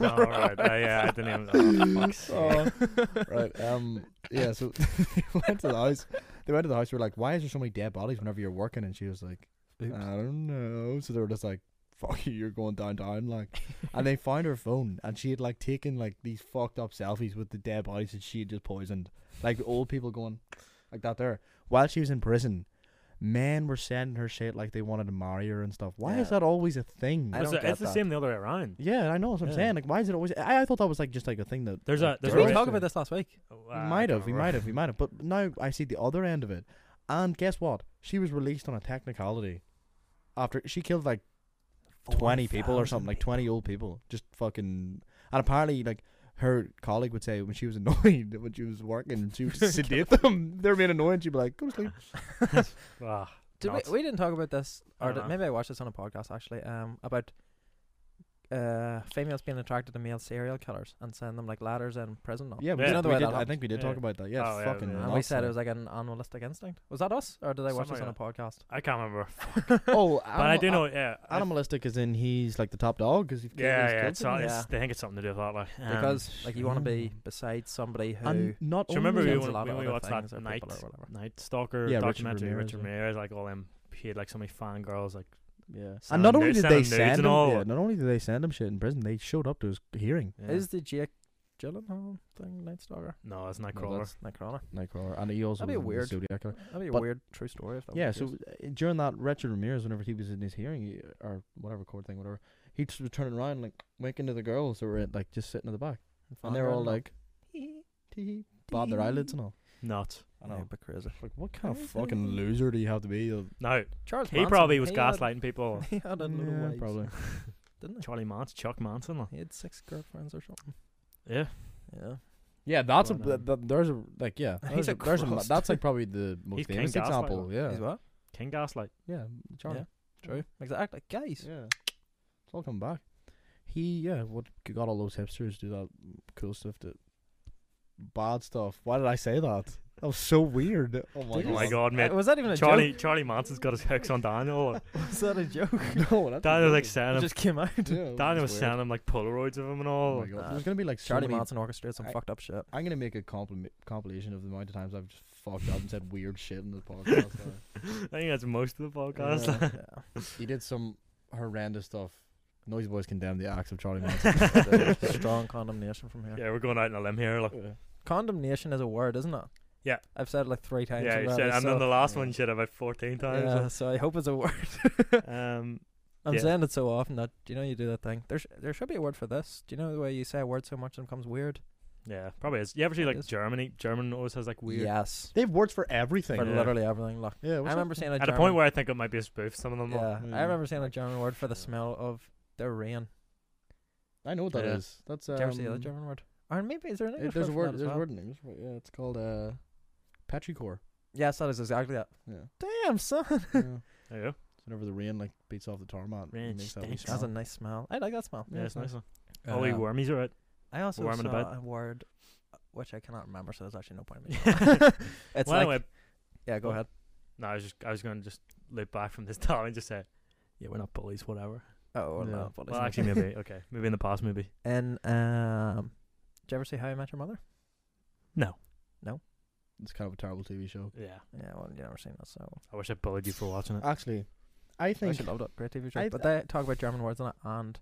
[SPEAKER 3] No, right. Uh, yeah, I didn't even. Oh, fuck's sake.
[SPEAKER 2] right. Um. Yeah. So they went to the house. They went to the house. They were like, "Why is there so many dead bodies whenever you're working?" And she was like,
[SPEAKER 1] Oops.
[SPEAKER 3] Uh,
[SPEAKER 2] "I don't know." So they were just like, "Fuck you, you're going downtown." Like, and they found her phone, and she had like taken like these fucked up selfies with the dead bodies that she had just poisoned, like the old people going like that there while she was in prison. Men were sending her shit like they wanted to marry her and stuff. Why is
[SPEAKER 1] Yeah.
[SPEAKER 2] that always a thing?
[SPEAKER 1] I
[SPEAKER 3] It's, the-
[SPEAKER 1] don't get
[SPEAKER 3] it's the
[SPEAKER 1] that.
[SPEAKER 3] same the other way around.
[SPEAKER 2] yeah, I know what I'm
[SPEAKER 3] Yeah.
[SPEAKER 2] saying. Like, why is it always? I, I thought that was like just like a thing that
[SPEAKER 3] There's
[SPEAKER 2] like,
[SPEAKER 3] a- there's
[SPEAKER 1] Did we
[SPEAKER 3] always
[SPEAKER 2] girls
[SPEAKER 1] talk
[SPEAKER 2] do.
[SPEAKER 1] about this last week?
[SPEAKER 3] Oh,
[SPEAKER 2] We
[SPEAKER 3] I
[SPEAKER 2] might
[SPEAKER 3] don't
[SPEAKER 2] have, we
[SPEAKER 3] remember.
[SPEAKER 2] might have, we might have. But now I see the other end of it. And guess what? She was released on a technicality. After she killed like twenty people or something, like twenty old people, just fucking. And apparently, like her colleague would say when she was annoyed that when she was working, she would sedate them. They're being annoying. She'd be like, "Go to sleep."
[SPEAKER 3] Ah,
[SPEAKER 1] Did we,
[SPEAKER 3] Nuts.
[SPEAKER 1] we didn't talk about this,
[SPEAKER 3] I
[SPEAKER 1] or
[SPEAKER 3] dunno.
[SPEAKER 1] did, maybe I watched this on a podcast actually. Um, about uh females being attracted to male serial killers and sending them like ladders in prison.
[SPEAKER 2] Yeah, we
[SPEAKER 3] Yeah.
[SPEAKER 2] did-
[SPEAKER 1] Another
[SPEAKER 2] we
[SPEAKER 1] way
[SPEAKER 2] did-
[SPEAKER 1] that
[SPEAKER 2] I
[SPEAKER 1] happened.
[SPEAKER 2] think we did talk
[SPEAKER 3] Yeah.
[SPEAKER 2] about that. Yeah,
[SPEAKER 3] Oh, yeah,
[SPEAKER 2] fucking.
[SPEAKER 3] yeah.
[SPEAKER 1] and we
[SPEAKER 2] nuts,
[SPEAKER 1] said it
[SPEAKER 2] like.
[SPEAKER 1] was like an animalistic instinct. Was that us, or did I watch
[SPEAKER 3] Something
[SPEAKER 1] this on
[SPEAKER 3] like
[SPEAKER 1] a podcast?
[SPEAKER 3] I can't remember.
[SPEAKER 2] Oh,
[SPEAKER 3] But I do know, yeah. I-
[SPEAKER 2] Animalistic is in he's like the top dog because he's
[SPEAKER 3] Yeah, yeah. It's, all-
[SPEAKER 1] them.
[SPEAKER 3] it's, I think it's something to do with that. Like, um,
[SPEAKER 1] Because like you want to be
[SPEAKER 2] sure.
[SPEAKER 1] beside somebody who
[SPEAKER 2] and not
[SPEAKER 3] do you remember
[SPEAKER 2] only
[SPEAKER 3] we
[SPEAKER 1] sends
[SPEAKER 3] when,
[SPEAKER 2] is-
[SPEAKER 1] went- a lot
[SPEAKER 3] when
[SPEAKER 1] of
[SPEAKER 3] we
[SPEAKER 1] other
[SPEAKER 3] watched that
[SPEAKER 1] things or
[SPEAKER 3] night,
[SPEAKER 1] people or whatever.
[SPEAKER 3] night Stalker
[SPEAKER 2] Yeah, Richard
[SPEAKER 3] documentary? Richard Ramirez,
[SPEAKER 2] Ramirez, yeah.
[SPEAKER 3] like all them. He had like so many fangirls. Like,
[SPEAKER 2] Yeah. And
[SPEAKER 3] Send
[SPEAKER 2] not
[SPEAKER 3] him
[SPEAKER 2] only
[SPEAKER 3] nudes-
[SPEAKER 2] did
[SPEAKER 3] send
[SPEAKER 2] they
[SPEAKER 3] him nudes
[SPEAKER 2] send
[SPEAKER 3] and
[SPEAKER 2] him,
[SPEAKER 3] all.
[SPEAKER 2] yeah, not only did they send him shit in prison, they showed up to his hearing.
[SPEAKER 3] yeah.
[SPEAKER 1] is the Jake Gyllenhaal thing Night Stalker,
[SPEAKER 3] no, it's not
[SPEAKER 2] No,
[SPEAKER 3] crawler.
[SPEAKER 2] that's-
[SPEAKER 1] Nightcrawler.
[SPEAKER 2] Nightcrawler, and he also
[SPEAKER 1] That'd be
[SPEAKER 2] was in the
[SPEAKER 1] weird.
[SPEAKER 2] Zodiac killer.
[SPEAKER 1] That'd be a
[SPEAKER 2] But-
[SPEAKER 1] weird true story. If that was
[SPEAKER 2] Yeah.
[SPEAKER 1] the
[SPEAKER 2] So
[SPEAKER 1] case.
[SPEAKER 2] uh, during that Richard Ramirez, whenever he was in his hearing he- or whatever court thing, whatever, he just was turning around like winking to the girls that were like just sitting in the back, and they were all like,
[SPEAKER 1] Tee,
[SPEAKER 2] Bob their
[SPEAKER 1] tee.
[SPEAKER 2] eyelids and all.
[SPEAKER 3] Not.
[SPEAKER 2] I
[SPEAKER 1] Yeah,
[SPEAKER 2] know.
[SPEAKER 1] but crazy.
[SPEAKER 2] Like, what kind of fucking loser do you have to be? to-
[SPEAKER 3] No.
[SPEAKER 1] Charles
[SPEAKER 3] He
[SPEAKER 1] Manson,
[SPEAKER 3] probably was
[SPEAKER 1] he had-
[SPEAKER 3] gaslighting people.
[SPEAKER 1] He had a little
[SPEAKER 2] Yeah,
[SPEAKER 1] wives,
[SPEAKER 2] probably.
[SPEAKER 1] didn't he?
[SPEAKER 3] Charlie Manson, Chuck Manson. like.
[SPEAKER 1] He had six girlfriends or something.
[SPEAKER 3] Yeah.
[SPEAKER 1] Yeah.
[SPEAKER 2] Yeah, that's a
[SPEAKER 1] Well, no.
[SPEAKER 2] th- th- there's a like yeah.
[SPEAKER 1] He's
[SPEAKER 2] There's a,
[SPEAKER 1] a
[SPEAKER 2] there's a ma-
[SPEAKER 1] crust.
[SPEAKER 2] that's like probably the most
[SPEAKER 3] He's King
[SPEAKER 2] famous
[SPEAKER 3] Gaslight,
[SPEAKER 2] example.
[SPEAKER 3] like.
[SPEAKER 2] Yeah,
[SPEAKER 1] He's what?
[SPEAKER 3] King Gaslight.
[SPEAKER 2] yeah, Charlie.
[SPEAKER 1] Yeah. True. Exactly. Guys.
[SPEAKER 2] Yeah. It's all coming back. He, yeah, what got all those hipsters do that cool stuff to bad stuff. Why did I say that? That was so weird. Oh my
[SPEAKER 1] Did
[SPEAKER 3] Oh my
[SPEAKER 2] god.
[SPEAKER 3] god, mate.
[SPEAKER 1] Uh, was that even a
[SPEAKER 3] Charlie Charlie Manson's got his hooks on Daniel.
[SPEAKER 1] joke? Was that a joke?
[SPEAKER 2] no, that's
[SPEAKER 3] Daniel
[SPEAKER 2] weird.
[SPEAKER 3] like sending
[SPEAKER 1] it
[SPEAKER 3] him
[SPEAKER 1] just came out.
[SPEAKER 2] Yeah, that's
[SPEAKER 3] Daniel was
[SPEAKER 2] weird.
[SPEAKER 3] sending him like Polaroids of him and
[SPEAKER 2] Oh
[SPEAKER 3] all.
[SPEAKER 2] my god.
[SPEAKER 1] Nah.
[SPEAKER 2] There's gonna be like so
[SPEAKER 1] Charlie
[SPEAKER 2] many-
[SPEAKER 1] Manson orchestrates some
[SPEAKER 2] I-
[SPEAKER 1] fucked up shit.
[SPEAKER 2] I'm gonna make a compli- compilation of the amount of times I've just fucked up and said weird shit in the podcast. uh,
[SPEAKER 3] I think that's most of the podcast.
[SPEAKER 2] Yeah.
[SPEAKER 1] Yeah.
[SPEAKER 2] he did some horrendous stuff. Noisy Boys condemned the acts of Charlie Manson.
[SPEAKER 3] Yeah.
[SPEAKER 1] There's Strong condemnation from here.
[SPEAKER 3] we're going out on a limb here. Like,
[SPEAKER 1] Condemnation is a word, isn't it?
[SPEAKER 3] Yeah.
[SPEAKER 1] I've said it like three times.
[SPEAKER 3] yeah, you
[SPEAKER 1] already,
[SPEAKER 3] said, and then
[SPEAKER 1] so-
[SPEAKER 3] the last
[SPEAKER 2] yeah.
[SPEAKER 3] one you said about 14
[SPEAKER 1] yeah,
[SPEAKER 3] times.
[SPEAKER 1] so I hope it's a word.
[SPEAKER 3] Um,
[SPEAKER 1] I'm
[SPEAKER 3] Yeah.
[SPEAKER 1] saying it so often that you know you do that thing. There's there should be a word for this. Do you know the way you say a word so much and it becomes weird?
[SPEAKER 3] yeah, probably is. You ever see like
[SPEAKER 1] Yes.
[SPEAKER 3] Germany? German always has like weird.
[SPEAKER 1] Yes.
[SPEAKER 2] They have words for everything.
[SPEAKER 1] For
[SPEAKER 3] yeah.
[SPEAKER 1] literally everything. Like
[SPEAKER 2] yeah,
[SPEAKER 1] I remember saying a
[SPEAKER 3] At
[SPEAKER 1] German,
[SPEAKER 3] a point where I think it might be a spoof, some of them. like,
[SPEAKER 1] yeah,
[SPEAKER 2] Mm.
[SPEAKER 1] I remember saying a German word for the
[SPEAKER 2] Yeah.
[SPEAKER 1] smell of the rain.
[SPEAKER 2] I know what that is.
[SPEAKER 3] Yeah.
[SPEAKER 2] That's
[SPEAKER 1] Did
[SPEAKER 2] um,
[SPEAKER 1] you ever see that German word? Or maybe is there an
[SPEAKER 2] it-
[SPEAKER 1] English
[SPEAKER 2] there's a word.
[SPEAKER 1] word? for that as
[SPEAKER 2] There's
[SPEAKER 1] well?
[SPEAKER 2] a word in English. For it. Yeah, it's called uh, petrichor.
[SPEAKER 1] Yes, that is exactly that.
[SPEAKER 2] Yeah.
[SPEAKER 1] Damn son,
[SPEAKER 2] yeah. So
[SPEAKER 3] There you go.
[SPEAKER 2] whenever the rain like beats off the tarmac, it
[SPEAKER 3] Rain
[SPEAKER 2] makes that wee
[SPEAKER 3] stinks.
[SPEAKER 1] that's a
[SPEAKER 2] sound.
[SPEAKER 1] nice smell. I like that smell.
[SPEAKER 3] Yeah, it's nice. one.
[SPEAKER 1] Uh,
[SPEAKER 3] Oh, we wormies are out.
[SPEAKER 1] I also
[SPEAKER 3] warming
[SPEAKER 1] saw
[SPEAKER 3] about.
[SPEAKER 1] a word uh, which I cannot remember, so there's actually no point in me. it's
[SPEAKER 3] well,
[SPEAKER 1] like
[SPEAKER 3] anyway,
[SPEAKER 1] yeah, go
[SPEAKER 3] oh.
[SPEAKER 1] ahead.
[SPEAKER 3] no, I was just I was going to just loop back from this time and just say, yeah, we're not bullies, whatever.
[SPEAKER 1] Oh well,
[SPEAKER 2] Yeah.
[SPEAKER 1] no, but it's
[SPEAKER 3] Well,
[SPEAKER 1] not.
[SPEAKER 3] actually, maybe okay, maybe in the past, maybe.
[SPEAKER 1] And um, did you ever see How I Met Your Mother?
[SPEAKER 2] It's kind of a terrible TV show.
[SPEAKER 3] Yeah,
[SPEAKER 1] Yeah, well, you never seen it, so
[SPEAKER 3] I wish I bullied you for watching it.
[SPEAKER 2] Actually, I
[SPEAKER 1] I
[SPEAKER 2] think
[SPEAKER 1] actually loved it. Great TV show.
[SPEAKER 2] I-
[SPEAKER 1] but they talk about German words in it, and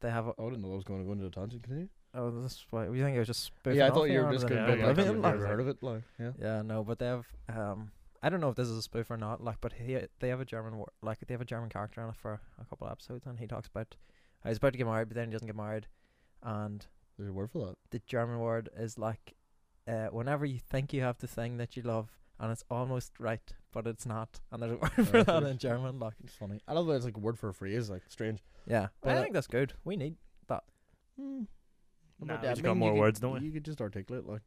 [SPEAKER 1] they have. A,
[SPEAKER 2] I didn't know I was going to go into the tangent. Continue.
[SPEAKER 1] oh, this is why you think it was just. spoofing
[SPEAKER 2] Yeah, I
[SPEAKER 1] off
[SPEAKER 2] thought you
[SPEAKER 1] here
[SPEAKER 2] were
[SPEAKER 1] or
[SPEAKER 2] just
[SPEAKER 1] was it
[SPEAKER 2] going
[SPEAKER 3] Yeah,
[SPEAKER 2] to
[SPEAKER 3] yeah,
[SPEAKER 2] like
[SPEAKER 1] Oblivion?
[SPEAKER 3] yeah,
[SPEAKER 2] you've
[SPEAKER 3] yeah.
[SPEAKER 1] Like,
[SPEAKER 2] never heard of it. Like, yeah.
[SPEAKER 1] Yeah, no, but they have. Um, I don't know if this is a spoof or not. Like, but he, they have a German word. Like, they have a German character in it for a couple of episodes, and he talks about. I was about to get married, but then he doesn't get married, and
[SPEAKER 2] There's a word for that.
[SPEAKER 1] the German word is like, uh, whenever you think you have the thing that you love, and it's almost right, but it's not, and there's a word for
[SPEAKER 2] Uh,
[SPEAKER 1] that
[SPEAKER 2] which-
[SPEAKER 1] in German. Like,
[SPEAKER 2] It's funny. I love that it's like a word for a phrase. Like strange.
[SPEAKER 1] yeah, but
[SPEAKER 2] But-
[SPEAKER 1] I think that's good. We need.
[SPEAKER 2] Hmm. What
[SPEAKER 3] Nah,
[SPEAKER 2] about
[SPEAKER 3] we
[SPEAKER 2] that?
[SPEAKER 3] just
[SPEAKER 2] I
[SPEAKER 3] got
[SPEAKER 2] mean, you
[SPEAKER 3] more
[SPEAKER 2] could-
[SPEAKER 3] words, don't we?
[SPEAKER 2] You could just articulate like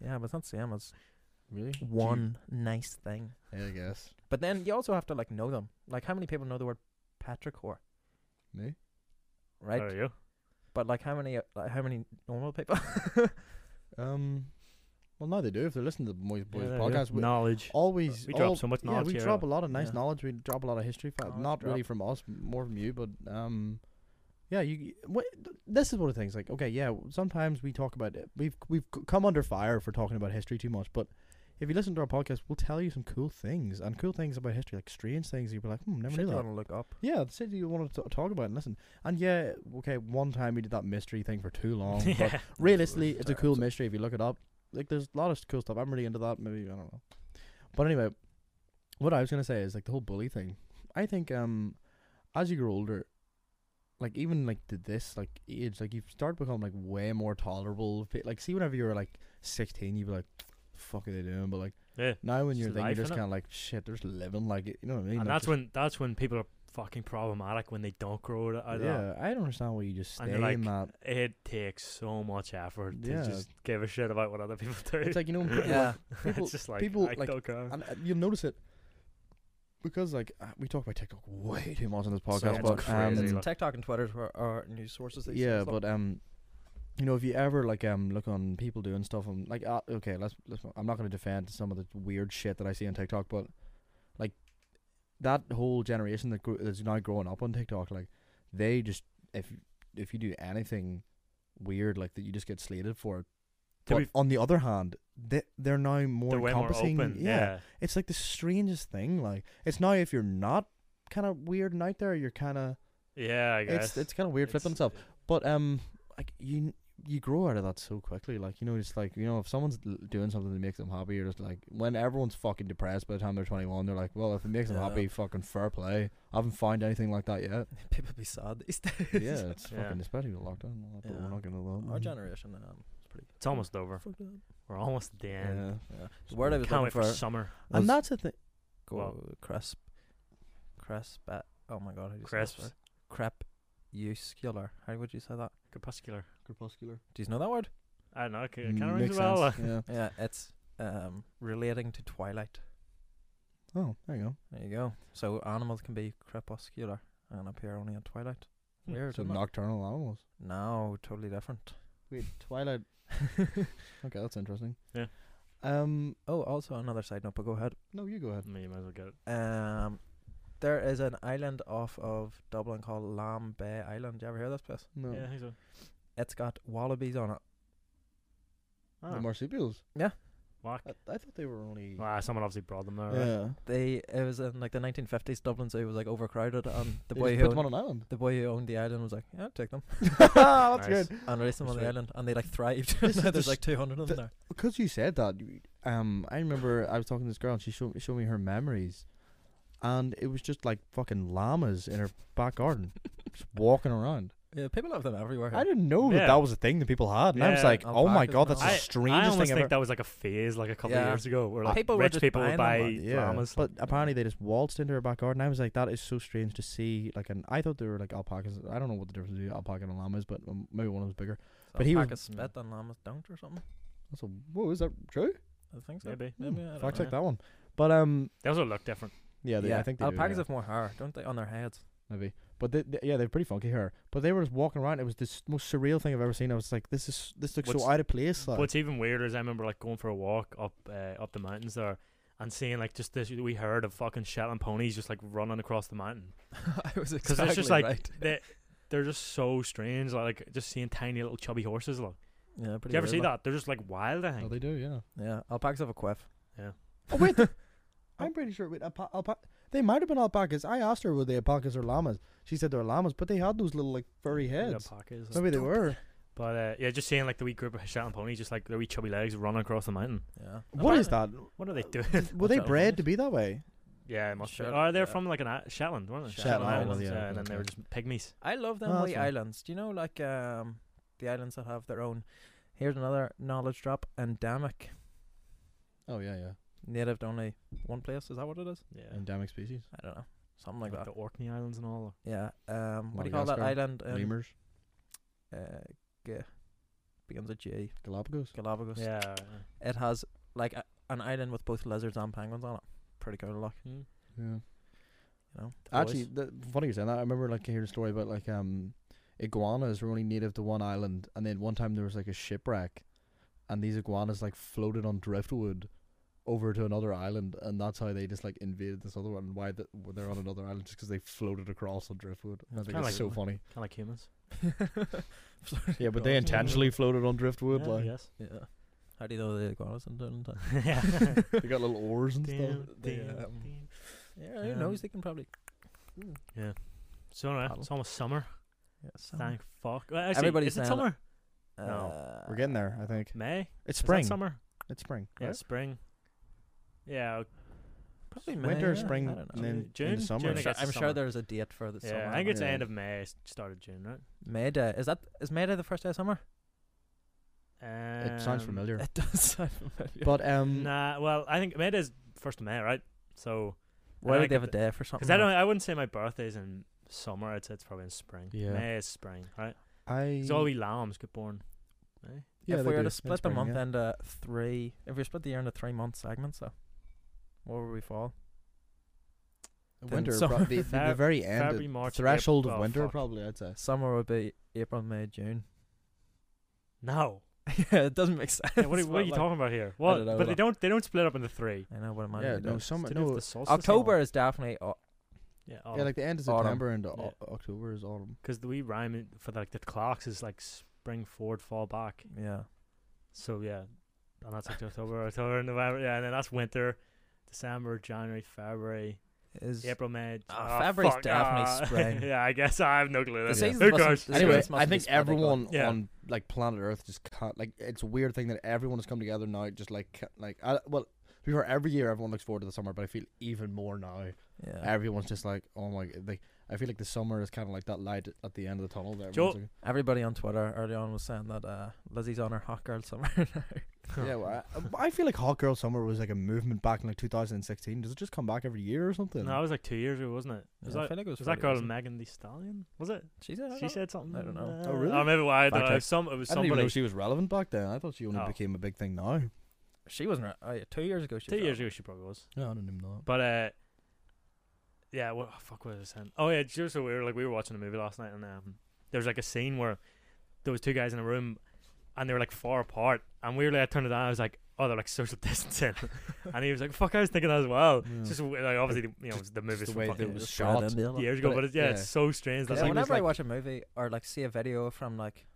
[SPEAKER 1] Yeah, but it's not the same as
[SPEAKER 2] really Do you-
[SPEAKER 1] one nice thing.
[SPEAKER 2] Yeah, I guess.
[SPEAKER 1] But then you also have to like know them. Like, how many people know the word patrichor,
[SPEAKER 2] Me?
[SPEAKER 1] right?
[SPEAKER 3] There you go.
[SPEAKER 1] But like, how many, uh, like, how many normal people?
[SPEAKER 2] Um. Well, now they do. If they're listening to the Moise Boys
[SPEAKER 3] Yeah, there you go.
[SPEAKER 2] podcast, we
[SPEAKER 3] knowledge.
[SPEAKER 2] always
[SPEAKER 3] We drop
[SPEAKER 2] all-
[SPEAKER 3] so much
[SPEAKER 2] Yeah,
[SPEAKER 3] knowledge
[SPEAKER 2] we
[SPEAKER 3] here,
[SPEAKER 2] drop a lot of nice
[SPEAKER 1] yeah.
[SPEAKER 2] knowledge. We drop a lot of history. Fact.
[SPEAKER 1] Knowledge
[SPEAKER 2] Not really
[SPEAKER 1] drop.
[SPEAKER 2] from us, more from you, but um, yeah. You. What, this is one of the things. Like, okay, yeah. Sometimes we talk about it. We've we've c- come under fire for talking about history too much, but. If you listen to our podcast, we'll tell you some cool things and cool things about history, like strange things. You'll be like, hmm, never
[SPEAKER 1] Shit
[SPEAKER 2] knew
[SPEAKER 1] you
[SPEAKER 2] that.
[SPEAKER 1] want to look up.
[SPEAKER 2] Yeah, the city you want to talk about and listen. And yeah, okay, one time we did that mystery thing for too long. But
[SPEAKER 3] Yeah.
[SPEAKER 2] realistically, it's a cool
[SPEAKER 1] Terrible.
[SPEAKER 2] mystery if you look it up. Like, there's a lot of cool stuff. I'm really into that. Maybe I don't know. But anyway, what I was gonna say is like the whole bully thing. I think um, as you grow older, like even like to this like age, like you start to become like way more tolerable. of pe- Like, see, whenever you were like 16, you'd be like, "Fuck are they doing?" But like
[SPEAKER 3] Yeah.
[SPEAKER 2] now when
[SPEAKER 3] It's
[SPEAKER 2] you're
[SPEAKER 3] the
[SPEAKER 2] like, you're
[SPEAKER 3] life,
[SPEAKER 2] just
[SPEAKER 3] innit?
[SPEAKER 2] kind of like, "Shit, there's living." Like, you know what I mean?
[SPEAKER 3] And
[SPEAKER 2] Like,
[SPEAKER 3] that's
[SPEAKER 2] just-
[SPEAKER 3] when that's when people are fucking problematic when they don't grow out of that.
[SPEAKER 2] yeah, I don't understand why you just
[SPEAKER 3] And
[SPEAKER 2] stay
[SPEAKER 3] you're
[SPEAKER 2] in that.
[SPEAKER 3] It takes so much effort
[SPEAKER 2] Yeah.
[SPEAKER 3] to just give a shit about what other people do.
[SPEAKER 2] It's like you know, when people,
[SPEAKER 1] Yeah.
[SPEAKER 2] like, people,
[SPEAKER 3] it's just like
[SPEAKER 2] people
[SPEAKER 3] I
[SPEAKER 2] like,
[SPEAKER 3] don't care.
[SPEAKER 2] and uh, you'll notice it because like uh, we talk about TikTok way too much on this podcast,
[SPEAKER 3] much
[SPEAKER 2] but
[SPEAKER 3] crazy,
[SPEAKER 2] um,
[SPEAKER 3] like-
[SPEAKER 1] TikTok and Twitter are our news sources. these
[SPEAKER 2] yeah,
[SPEAKER 1] days, like.
[SPEAKER 2] but um, you know, if you ever like um look on people doing stuff, on like uh, okay, let's, let's I'm not gonna defend some of the weird shit that I see on TikTok, but like that whole generation that grew, that's now growing up on TikTok, like they just if if you do anything weird like that, you just get slated for it.
[SPEAKER 3] To
[SPEAKER 2] But
[SPEAKER 3] be f-
[SPEAKER 2] on the other hand, they they're now more
[SPEAKER 3] they're way more
[SPEAKER 2] encompassing.
[SPEAKER 3] open.
[SPEAKER 2] yeah,
[SPEAKER 3] Yeah.
[SPEAKER 2] it's like the strangest thing. Like it's now if you're not kind of weird and out there, you're kind of
[SPEAKER 3] Yeah, I guess.
[SPEAKER 2] it's it's kind of weird
[SPEAKER 3] It's-
[SPEAKER 2] flipping stuff. But um, like you you grow out of that so quickly. Like you know, it's like you know if someone's l- doing something that makes them happy, you're just like when everyone's fucking depressed by the time they're 21, they're like, well, if it makes them
[SPEAKER 1] Yeah.
[SPEAKER 2] happy, fucking fair play. I haven't found anything like that yet.
[SPEAKER 1] people be sad these days.
[SPEAKER 2] yeah, it's
[SPEAKER 3] Yeah.
[SPEAKER 2] fucking especially with lockdown. and all that, But
[SPEAKER 1] Yeah.
[SPEAKER 2] we're not gonna
[SPEAKER 1] Our
[SPEAKER 2] alone.
[SPEAKER 1] generation, um, pretty.
[SPEAKER 3] It's almost over.
[SPEAKER 1] Fuck that.
[SPEAKER 3] We're almost at the end.
[SPEAKER 1] Yeah. The word I was
[SPEAKER 3] Can't
[SPEAKER 1] looking
[SPEAKER 3] wait
[SPEAKER 1] for.
[SPEAKER 3] for summer.
[SPEAKER 1] was
[SPEAKER 2] And that's the thing.
[SPEAKER 1] go
[SPEAKER 3] Well-
[SPEAKER 1] crisp, crisp. At, oh my god, I just
[SPEAKER 3] Crisps.
[SPEAKER 1] Crepuscular. How would you say that?
[SPEAKER 3] Crepuscular.
[SPEAKER 2] Crepuscular.
[SPEAKER 1] Do you know that word?
[SPEAKER 3] I don't know. It kind of rings a bell. uh,
[SPEAKER 2] Mm, yeah.
[SPEAKER 1] Yeah, it's um relating to twilight.
[SPEAKER 2] Oh, there you go.
[SPEAKER 1] There you go. So animals can be crepuscular and appear only at twilight.
[SPEAKER 3] Hmm.
[SPEAKER 1] Weird.
[SPEAKER 2] So
[SPEAKER 1] isn't it?
[SPEAKER 2] nocturnal animals.
[SPEAKER 1] No, totally different.
[SPEAKER 2] Wait, Twilight. okay, that's interesting.
[SPEAKER 3] Yeah.
[SPEAKER 2] Um.
[SPEAKER 1] Oh, also another side note, but go ahead.
[SPEAKER 2] No, you go ahead.
[SPEAKER 3] Mm, You might as well get it.
[SPEAKER 1] Um, there is an island off of Dublin called Lamb Bay Island. You ever hear of this place?
[SPEAKER 2] No.
[SPEAKER 3] Yeah, I think so.
[SPEAKER 1] It's got wallabies on it.
[SPEAKER 3] Ah,
[SPEAKER 2] The marsupials.
[SPEAKER 3] whack.
[SPEAKER 2] I, I thought they were only.
[SPEAKER 3] Ah, someone obviously brought them there. Right?
[SPEAKER 2] yeah.
[SPEAKER 1] They it was in like the 1950s. Dublin Zoo was like overcrowded, and the
[SPEAKER 2] They
[SPEAKER 1] boy
[SPEAKER 2] just
[SPEAKER 1] who
[SPEAKER 2] put them
[SPEAKER 1] owned-
[SPEAKER 2] on an island.
[SPEAKER 1] the boy who owned the island was like, "Yeah, take them,"
[SPEAKER 2] Oh, that's
[SPEAKER 3] Nice.
[SPEAKER 2] good.
[SPEAKER 1] and released them on
[SPEAKER 3] That's
[SPEAKER 1] the
[SPEAKER 3] right.
[SPEAKER 1] island, and they like thrived.
[SPEAKER 2] This is
[SPEAKER 1] now
[SPEAKER 2] the
[SPEAKER 1] there's
[SPEAKER 2] s-
[SPEAKER 1] like 200 of them there.
[SPEAKER 2] Because you said that, you- um, I remember I was talking to this girl and she showed showed me her memories, and it was just like fucking llamas in her back garden, just walking around.
[SPEAKER 1] Yeah, people have them everywhere.
[SPEAKER 2] I
[SPEAKER 1] here.
[SPEAKER 2] didn't know
[SPEAKER 3] Yeah.
[SPEAKER 2] that that was a thing that people had, and I was
[SPEAKER 3] Yeah.
[SPEAKER 2] like, oh my
[SPEAKER 1] Alpacas
[SPEAKER 2] god,
[SPEAKER 1] and
[SPEAKER 2] that's
[SPEAKER 1] all
[SPEAKER 2] the
[SPEAKER 1] that.
[SPEAKER 3] I
[SPEAKER 2] strangest
[SPEAKER 3] almost
[SPEAKER 2] thing
[SPEAKER 3] think
[SPEAKER 2] ever.
[SPEAKER 3] that was like a phase, like a couple
[SPEAKER 1] Yeah.
[SPEAKER 3] of years ago, where
[SPEAKER 1] Uh,
[SPEAKER 3] like
[SPEAKER 1] people were
[SPEAKER 3] rich
[SPEAKER 1] just
[SPEAKER 3] people would buy
[SPEAKER 1] buying them,
[SPEAKER 2] yeah,
[SPEAKER 3] llamas.
[SPEAKER 2] but apparently they just waltzed into her back garden. I was like, that is so strange to see. Like, an I thought they were like alpacas. I don't know what the difference between alpaca and llamas, but um, maybe one of them's bigger. but he was-
[SPEAKER 1] Alpacas spit and llamas don't or something.
[SPEAKER 2] That's a whoa, is that true?
[SPEAKER 1] I think so.
[SPEAKER 3] Maybe.
[SPEAKER 1] Maybe, I
[SPEAKER 2] Hmm,
[SPEAKER 1] don't
[SPEAKER 2] Fact
[SPEAKER 1] know.
[SPEAKER 2] check that one. But um,
[SPEAKER 3] They also look different.
[SPEAKER 2] yeah, they, I think they do,
[SPEAKER 1] Oh, alpacas
[SPEAKER 2] yeah.
[SPEAKER 1] have more hair, don't they, on their heads?
[SPEAKER 2] maybe. But they, they- yeah, they're pretty funky hair. But they were just walking around. It was the s- most surreal thing I've ever seen. I was like, this is this looks
[SPEAKER 3] What's-
[SPEAKER 2] so out of place. Like.
[SPEAKER 3] What's even weirder is I remember like going for a walk up uh, up the mountains there and seeing like just this we heard of fucking Shetland ponies just like running across the mountain
[SPEAKER 1] I was
[SPEAKER 3] because
[SPEAKER 1] exactly
[SPEAKER 3] it's just like
[SPEAKER 1] right.
[SPEAKER 3] they they're just so strange like, like, just seeing tiny little chubby horses like.
[SPEAKER 1] Yeah,
[SPEAKER 3] Did
[SPEAKER 1] pretty
[SPEAKER 3] you ever
[SPEAKER 1] weird,
[SPEAKER 3] see
[SPEAKER 1] like.
[SPEAKER 3] that? They're just like wild. I
[SPEAKER 2] oh,
[SPEAKER 3] think.
[SPEAKER 2] they do, yeah.
[SPEAKER 1] Yeah, alpacas have a quiff.
[SPEAKER 2] Oh wait, I'm pretty sure. Wait, alpa- alpa- they might have been alpacas. I asked her were they alpacas or llamas. She said they were llamas, but they had those little like furry
[SPEAKER 3] Little
[SPEAKER 2] heads.
[SPEAKER 3] alpacas and-
[SPEAKER 2] Maybe they were.
[SPEAKER 3] But uh, yeah, just seeing like the wee group of Shetland ponies, just like their wee chubby legs running across the mountain.
[SPEAKER 1] Yeah.
[SPEAKER 2] What is that?
[SPEAKER 3] What are they doing?
[SPEAKER 2] Were
[SPEAKER 1] What's
[SPEAKER 2] they
[SPEAKER 1] that,
[SPEAKER 2] bred
[SPEAKER 1] alpaca?
[SPEAKER 2] to be that way?
[SPEAKER 3] yeah, it must be.
[SPEAKER 1] Shetland,
[SPEAKER 3] Or they're
[SPEAKER 1] yeah.
[SPEAKER 3] from like an I- Shetland, weren't they?
[SPEAKER 2] Shetland
[SPEAKER 3] Islands,
[SPEAKER 2] Islands,
[SPEAKER 3] yeah,
[SPEAKER 2] yeah,
[SPEAKER 3] and then they
[SPEAKER 2] okay.
[SPEAKER 3] were just pygmies.
[SPEAKER 1] I love them
[SPEAKER 2] Oh, that's
[SPEAKER 1] wee
[SPEAKER 2] fine.
[SPEAKER 1] islands. Do you know like um the islands that have their own? Here's another knowledge drop. Endemic,
[SPEAKER 2] Oh yeah, yeah.
[SPEAKER 1] native to only one place. Is that what it is?
[SPEAKER 3] Yeah,
[SPEAKER 2] Endemic species.
[SPEAKER 1] I don't know. Something like
[SPEAKER 3] like, the
[SPEAKER 1] that.
[SPEAKER 3] Orkney Islands and all.
[SPEAKER 1] Yeah. Um. What do you call that
[SPEAKER 2] Madagascar,
[SPEAKER 1] island? in,
[SPEAKER 2] Lemurs.
[SPEAKER 1] Uh, G- begins with G.
[SPEAKER 2] Galapagos.
[SPEAKER 1] Galapagos.
[SPEAKER 3] Yeah, right,
[SPEAKER 1] It has like a, an island with both lizards and penguins on it. Pretty cool, like
[SPEAKER 3] yeah. Mm.
[SPEAKER 2] Yeah.
[SPEAKER 1] you know.
[SPEAKER 2] Actually, the, funny you saying that. I remember like hearing a story about like um iguanas were only native to one island, and then one time there was like a shipwreck, and these iguanas like floated on driftwood over to another island, and that's how they just like invaded this other one. And why that they're on another island just because they floated across on driftwood. And I
[SPEAKER 1] It's
[SPEAKER 2] think
[SPEAKER 3] kinda
[SPEAKER 2] it's
[SPEAKER 3] like-
[SPEAKER 2] so funny.
[SPEAKER 3] Kind of like humans.
[SPEAKER 2] Yeah, but they intentionally floated on driftwood.
[SPEAKER 3] yeah,
[SPEAKER 2] like
[SPEAKER 3] yes.
[SPEAKER 1] Yeah. How do you know the iguanas and doing that?
[SPEAKER 3] yeah.
[SPEAKER 2] they got little oars and stuff.
[SPEAKER 3] Damn,
[SPEAKER 1] They,
[SPEAKER 3] damn,
[SPEAKER 1] um,
[SPEAKER 3] damn.
[SPEAKER 1] Yeah, who knows?
[SPEAKER 3] Um,
[SPEAKER 1] They can probably. Mm.
[SPEAKER 3] So anyway, it's almost summer.
[SPEAKER 1] Yeah,
[SPEAKER 3] Thank fuck. Well, actually,
[SPEAKER 1] Everybody's
[SPEAKER 3] is it
[SPEAKER 1] saying-
[SPEAKER 3] summer? No.
[SPEAKER 1] Uh,
[SPEAKER 2] We're getting there, I think.
[SPEAKER 3] May.
[SPEAKER 2] It's
[SPEAKER 3] Is that
[SPEAKER 2] spring.
[SPEAKER 3] summer.
[SPEAKER 2] It's spring.
[SPEAKER 3] Yeah,
[SPEAKER 2] right?
[SPEAKER 3] spring. Yeah.
[SPEAKER 1] probably May,
[SPEAKER 2] Winter,
[SPEAKER 1] yeah,
[SPEAKER 2] spring,
[SPEAKER 1] I don't know.
[SPEAKER 2] and then
[SPEAKER 3] June-
[SPEAKER 2] in the summer.
[SPEAKER 3] June
[SPEAKER 1] I'm,
[SPEAKER 3] I
[SPEAKER 1] sure,
[SPEAKER 3] guess
[SPEAKER 1] I'm
[SPEAKER 3] it's
[SPEAKER 1] sure
[SPEAKER 3] summer.
[SPEAKER 1] there's a date for the summer.
[SPEAKER 3] Yeah, I think it's the
[SPEAKER 2] Yeah.
[SPEAKER 3] end of May, s- start of June, right?
[SPEAKER 1] May Day. Is that is May Day the first day of summer?
[SPEAKER 3] Um,
[SPEAKER 2] It sounds familiar.
[SPEAKER 1] It does sound familiar.
[SPEAKER 2] But um,
[SPEAKER 3] Nah, well, I think May is first of May, right? So,
[SPEAKER 1] Why
[SPEAKER 3] like
[SPEAKER 1] would they have a
[SPEAKER 3] it-
[SPEAKER 1] day for something?
[SPEAKER 3] because I don't,
[SPEAKER 1] like-
[SPEAKER 3] I wouldn't say my birthday's in summer. I'd say it's probably in spring.
[SPEAKER 2] Yeah.
[SPEAKER 3] May is spring, right?
[SPEAKER 2] I
[SPEAKER 3] Because all we lambs get born. May.
[SPEAKER 1] if
[SPEAKER 2] they
[SPEAKER 1] we were
[SPEAKER 2] do.
[SPEAKER 1] to
[SPEAKER 2] It's
[SPEAKER 1] split the
[SPEAKER 2] spring,
[SPEAKER 1] month
[SPEAKER 2] yeah.
[SPEAKER 1] into three, if we split the year into three month segments, though, what would we fall? then
[SPEAKER 2] winter,
[SPEAKER 1] summer.
[SPEAKER 2] prob- the, the- the
[SPEAKER 3] Feb-
[SPEAKER 2] very end,
[SPEAKER 3] February,
[SPEAKER 2] uh,
[SPEAKER 3] March,
[SPEAKER 2] threshold
[SPEAKER 3] April-
[SPEAKER 2] of
[SPEAKER 3] oh,
[SPEAKER 2] winter,
[SPEAKER 3] fuck.
[SPEAKER 2] probably. I'd say.
[SPEAKER 1] Summer would be April, May, June.
[SPEAKER 3] No,
[SPEAKER 1] yeah, it doesn't make sense.
[SPEAKER 3] Yeah, what, are,
[SPEAKER 1] but
[SPEAKER 3] what are you
[SPEAKER 1] like-
[SPEAKER 3] talking about here? Well,
[SPEAKER 1] dunno,
[SPEAKER 3] but they
[SPEAKER 1] like-
[SPEAKER 3] don't, they don't split up into three.
[SPEAKER 1] I know, but imagine
[SPEAKER 2] Yeah,
[SPEAKER 1] they
[SPEAKER 2] no
[SPEAKER 1] don't.
[SPEAKER 2] summer.
[SPEAKER 3] To do with
[SPEAKER 2] No,
[SPEAKER 3] the solstice and
[SPEAKER 1] October
[SPEAKER 3] all.
[SPEAKER 1] is definitely au-
[SPEAKER 3] Yeah, oh,
[SPEAKER 2] yeah, like the end of
[SPEAKER 1] Autumn.
[SPEAKER 2] September and
[SPEAKER 3] Yeah.
[SPEAKER 2] o- October is autumn.
[SPEAKER 3] because the wee rhyme in- for like the clocks is like spring forward, fall back.
[SPEAKER 1] yeah.
[SPEAKER 3] So yeah, and that's like October, October, November. Yeah, and then that's winter, December, January, February,
[SPEAKER 1] Is
[SPEAKER 3] April, May. J-
[SPEAKER 1] Ah, February's
[SPEAKER 3] fuck,
[SPEAKER 1] definitely
[SPEAKER 3] ah.
[SPEAKER 1] spring.
[SPEAKER 3] yeah, I guess I have no clue. Then.
[SPEAKER 1] The seasons
[SPEAKER 3] Who
[SPEAKER 1] mustn't-
[SPEAKER 3] cares?
[SPEAKER 1] the
[SPEAKER 2] Anyway,
[SPEAKER 1] seasons must
[SPEAKER 2] I
[SPEAKER 1] be
[SPEAKER 2] think
[SPEAKER 1] split, like, like-
[SPEAKER 2] everyone
[SPEAKER 3] Yeah.
[SPEAKER 2] on like planet Earth just can't like. It's a weird thing that everyone has come together now. Just like ca- like I, well, before every year everyone looks forward to the summer, but I feel even more now.
[SPEAKER 1] yeah.
[SPEAKER 2] Everyone's just like, oh my, g- like I feel like the summer is kind of like that light at the end of the tunnel. There,
[SPEAKER 3] Joe-
[SPEAKER 1] Everybody on Twitter early on was saying that uh, Lizzie's on her hot girl summer now.
[SPEAKER 2] yeah, well, I, I feel like Hot Girl Summer was like a movement back in like 2016. Does it just come back every year or something?
[SPEAKER 3] No, that was like two years ago, wasn't it? Was
[SPEAKER 1] Yeah, I
[SPEAKER 3] that,
[SPEAKER 1] feel like it was,
[SPEAKER 3] was that
[SPEAKER 1] fairly
[SPEAKER 3] girl
[SPEAKER 1] recent.
[SPEAKER 3] Megan the Stallion? Was it?
[SPEAKER 1] She said,
[SPEAKER 3] She said something.
[SPEAKER 1] I don't know.
[SPEAKER 3] uh,
[SPEAKER 2] Oh, really?
[SPEAKER 3] I remember why. I
[SPEAKER 2] Fact
[SPEAKER 3] don't know.
[SPEAKER 2] check.
[SPEAKER 3] Some it was
[SPEAKER 2] I didn't even know
[SPEAKER 3] somebody
[SPEAKER 2] she was relevant back then. I thought she only
[SPEAKER 3] No.
[SPEAKER 2] became a big thing now.
[SPEAKER 1] she wasn't. Right. Oh, yeah, two years ago. She
[SPEAKER 3] two
[SPEAKER 1] was
[SPEAKER 3] years
[SPEAKER 1] on.
[SPEAKER 3] ago. She probably was.
[SPEAKER 2] No, I didn't even know.
[SPEAKER 3] But uh, yeah, what oh, fuck was I saying? Oh yeah, she was so weird. Like we were watching a movie last night, and um, there was like a scene where there was two guys in a room, and they were like far apart. And weirdly, I turned it on. I was like, oh, they're like social distancing. and he was like, fuck, I was thinking that as well.
[SPEAKER 2] Yeah.
[SPEAKER 3] It's Just w- like obviously, the, you know, the movie's
[SPEAKER 2] the
[SPEAKER 3] from
[SPEAKER 2] way
[SPEAKER 3] fucking
[SPEAKER 2] that it was
[SPEAKER 1] Just throw it
[SPEAKER 2] shot.
[SPEAKER 1] in the other.
[SPEAKER 3] years ago,
[SPEAKER 2] but
[SPEAKER 3] but,
[SPEAKER 2] it-
[SPEAKER 3] it's, yeah,
[SPEAKER 2] yeah.
[SPEAKER 3] it's so strange. That's
[SPEAKER 1] Yeah,
[SPEAKER 3] like,
[SPEAKER 2] it was
[SPEAKER 1] whenever I
[SPEAKER 2] like-
[SPEAKER 1] watch a movie or like see a video from like,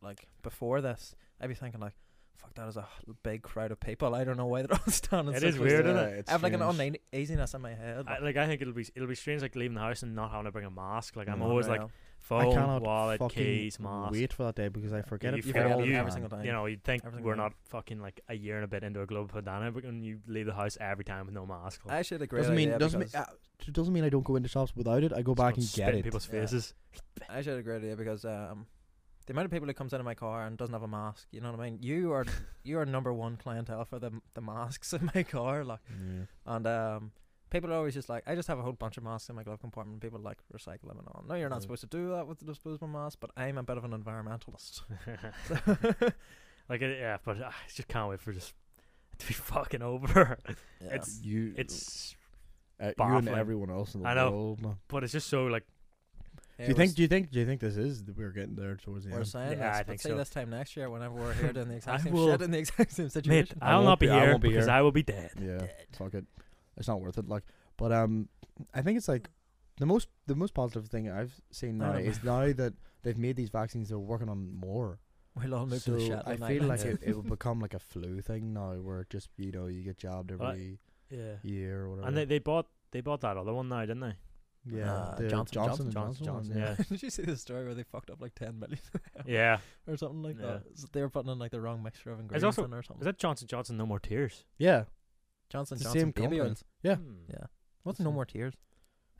[SPEAKER 1] like before this, I'd be thinking like, "Fuck, that is a h- big crowd of people." I don't know why they're all standing.
[SPEAKER 3] It
[SPEAKER 1] so
[SPEAKER 3] is
[SPEAKER 1] close
[SPEAKER 3] weird,
[SPEAKER 1] together."
[SPEAKER 3] isn't it?
[SPEAKER 1] I have like an uneasiness in my head.
[SPEAKER 3] I,
[SPEAKER 1] like,
[SPEAKER 3] like I think it'll be it'll be strange like leaving the house and not having to bring a mask. Like I'm
[SPEAKER 1] you know,
[SPEAKER 3] always
[SPEAKER 1] I
[SPEAKER 3] like
[SPEAKER 1] know.
[SPEAKER 2] I
[SPEAKER 3] phone,
[SPEAKER 2] cannot
[SPEAKER 3] wallet,
[SPEAKER 2] fucking
[SPEAKER 3] keys, mask.
[SPEAKER 2] wait for that day because I forget
[SPEAKER 3] You
[SPEAKER 2] it.
[SPEAKER 3] forget
[SPEAKER 2] all
[SPEAKER 3] it
[SPEAKER 2] the
[SPEAKER 3] every
[SPEAKER 2] time.
[SPEAKER 1] single time.
[SPEAKER 3] You know, you'd think
[SPEAKER 1] Everything
[SPEAKER 3] we're
[SPEAKER 1] wrong.
[SPEAKER 3] not fucking like a year and a bit into a global pandemic but when you leave the house every time with no mask.
[SPEAKER 1] I should agree.
[SPEAKER 2] Doesn't mean doesn't mean, uh, it doesn't mean I don't go into shops without it. I go back and get
[SPEAKER 3] in
[SPEAKER 2] it.
[SPEAKER 3] people's
[SPEAKER 1] Yeah.
[SPEAKER 3] faces.
[SPEAKER 1] I should agree with you because um, the amount of people who comes into my car and doesn't have a mask, you know what I mean. You are you are number one clientele for the the masks in my car, like,
[SPEAKER 2] Yeah.
[SPEAKER 1] and um, people are always just like, I just have a whole bunch of masks in my glove compartment. and People like recycle them and all. No, you're not
[SPEAKER 2] Mm.
[SPEAKER 1] supposed to do that with the disposable mask, but I'm a bit of an environmentalist.
[SPEAKER 3] like it, yeah, but ah, I just can't wait for just to be fucking over.
[SPEAKER 1] Yeah.
[SPEAKER 3] It's
[SPEAKER 2] You,
[SPEAKER 3] it's
[SPEAKER 2] uh, you and
[SPEAKER 3] baffling.
[SPEAKER 2] everyone else in the
[SPEAKER 3] I know.
[SPEAKER 2] world. man.
[SPEAKER 3] but it's just so like
[SPEAKER 1] Yeah,
[SPEAKER 2] Do you
[SPEAKER 1] we're
[SPEAKER 2] think? Do you think? Do you think this is that we're getting there towards the
[SPEAKER 1] We're
[SPEAKER 2] end?
[SPEAKER 1] saying
[SPEAKER 3] Yeah,
[SPEAKER 1] this,
[SPEAKER 3] I
[SPEAKER 1] but
[SPEAKER 3] think
[SPEAKER 1] say
[SPEAKER 3] so.
[SPEAKER 1] this time next year whenever we're here doing the exact
[SPEAKER 3] I
[SPEAKER 1] same
[SPEAKER 3] will-
[SPEAKER 1] shit in the exact same
[SPEAKER 3] mate,
[SPEAKER 1] situation.
[SPEAKER 2] I
[SPEAKER 3] I'll
[SPEAKER 2] won't
[SPEAKER 3] not be
[SPEAKER 2] be- I
[SPEAKER 3] here
[SPEAKER 2] won't be
[SPEAKER 3] because
[SPEAKER 2] here.
[SPEAKER 3] I will be dead.
[SPEAKER 2] Yeah.
[SPEAKER 1] Dead.
[SPEAKER 2] Fuck it. It's not worth it. Like, but um, I think it's like the most the most positive thing I've seen
[SPEAKER 1] I
[SPEAKER 2] now
[SPEAKER 1] don't
[SPEAKER 2] is now that they've made these vaccines, they're working on more.
[SPEAKER 1] We'll all move
[SPEAKER 2] so
[SPEAKER 1] to the Shetland
[SPEAKER 2] I feel
[SPEAKER 1] Islands.
[SPEAKER 2] like it, it will become like a flu thing now, where it just you know you get jabbed
[SPEAKER 3] Well,
[SPEAKER 2] every
[SPEAKER 3] Yeah.
[SPEAKER 2] year or whatever.
[SPEAKER 3] And they, they bought they bought that other one now, didn't they?
[SPEAKER 2] yeah,
[SPEAKER 1] Uh,
[SPEAKER 2] the
[SPEAKER 1] Johnson,
[SPEAKER 2] and
[SPEAKER 1] Johnson, Johnson,
[SPEAKER 2] one,
[SPEAKER 1] Johnson,
[SPEAKER 3] Yeah.
[SPEAKER 1] Did you see the story where they fucked up like 10 million
[SPEAKER 3] yeah.
[SPEAKER 1] or something like that? So they were putting in like the wrong mixture of ingredients
[SPEAKER 3] also-
[SPEAKER 1] in or something.
[SPEAKER 3] Is that Johnson Johnson No More Tears?
[SPEAKER 2] Yeah,
[SPEAKER 1] Johnson
[SPEAKER 2] it's the
[SPEAKER 1] Johnson
[SPEAKER 2] same
[SPEAKER 1] baby
[SPEAKER 2] company.
[SPEAKER 1] oils?
[SPEAKER 2] Yeah.
[SPEAKER 3] Hmm.
[SPEAKER 1] Yeah. What's no
[SPEAKER 2] It's-
[SPEAKER 1] more tears?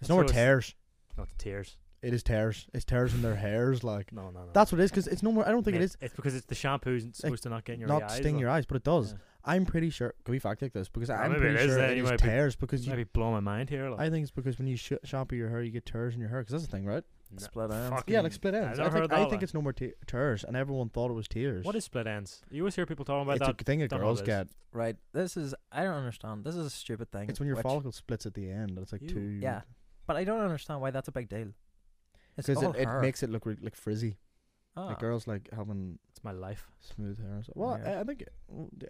[SPEAKER 2] It's no more
[SPEAKER 3] So it's-
[SPEAKER 2] tears.
[SPEAKER 3] Not the tears.
[SPEAKER 2] It is tears. It's tears in their hairs. Like
[SPEAKER 3] No, no, no.
[SPEAKER 2] that's what it is. Because it's no more. I don't think
[SPEAKER 3] Mate,
[SPEAKER 2] it is
[SPEAKER 3] It's because it's the shampoo's supposed to not get in your
[SPEAKER 2] not
[SPEAKER 3] eyes.
[SPEAKER 2] sting
[SPEAKER 3] like.
[SPEAKER 2] your eyes, but it does.
[SPEAKER 3] Yeah.
[SPEAKER 2] I'm pretty sure. Can we fact check this? Because
[SPEAKER 3] Yeah,
[SPEAKER 2] I'm
[SPEAKER 3] maybe it
[SPEAKER 2] pretty
[SPEAKER 3] is,
[SPEAKER 2] sure
[SPEAKER 3] uh,
[SPEAKER 2] it
[SPEAKER 3] you
[SPEAKER 2] is
[SPEAKER 3] might be-
[SPEAKER 2] tears. Because you,
[SPEAKER 3] Maybe blow my mind here. Like.
[SPEAKER 2] I think it's because when you sh- shampoo your hair, you get tears in your hair. Because that's the thing, right?
[SPEAKER 3] No.
[SPEAKER 1] Split ends.
[SPEAKER 3] Fucking-
[SPEAKER 2] Yeah, like split
[SPEAKER 3] I've
[SPEAKER 2] ends. I,
[SPEAKER 3] never heard
[SPEAKER 2] think,
[SPEAKER 3] of
[SPEAKER 2] I
[SPEAKER 3] that
[SPEAKER 2] think
[SPEAKER 3] one.
[SPEAKER 2] it's no more te- tears, and everyone thought it was tears.
[SPEAKER 3] What is split ends? You always hear people talking about
[SPEAKER 2] It's
[SPEAKER 3] that.
[SPEAKER 2] a thing that
[SPEAKER 3] Don't know
[SPEAKER 2] girls
[SPEAKER 3] this.
[SPEAKER 2] get.
[SPEAKER 1] Right. This is, I don't understand. This is a stupid thing.
[SPEAKER 2] It's when your
[SPEAKER 1] which-
[SPEAKER 2] follicle splits at the end. and It's like
[SPEAKER 3] Ew.
[SPEAKER 2] two.
[SPEAKER 1] Yeah. But I don't understand why that's a big deal. It's
[SPEAKER 2] Because
[SPEAKER 1] all
[SPEAKER 2] it, it
[SPEAKER 1] her.
[SPEAKER 2] makes it look re- like frizzy.
[SPEAKER 1] ah.
[SPEAKER 2] Like girls like having
[SPEAKER 3] It's my life.
[SPEAKER 2] smooth hair. and stuff. Well,
[SPEAKER 1] Yeah.
[SPEAKER 2] I, I think it,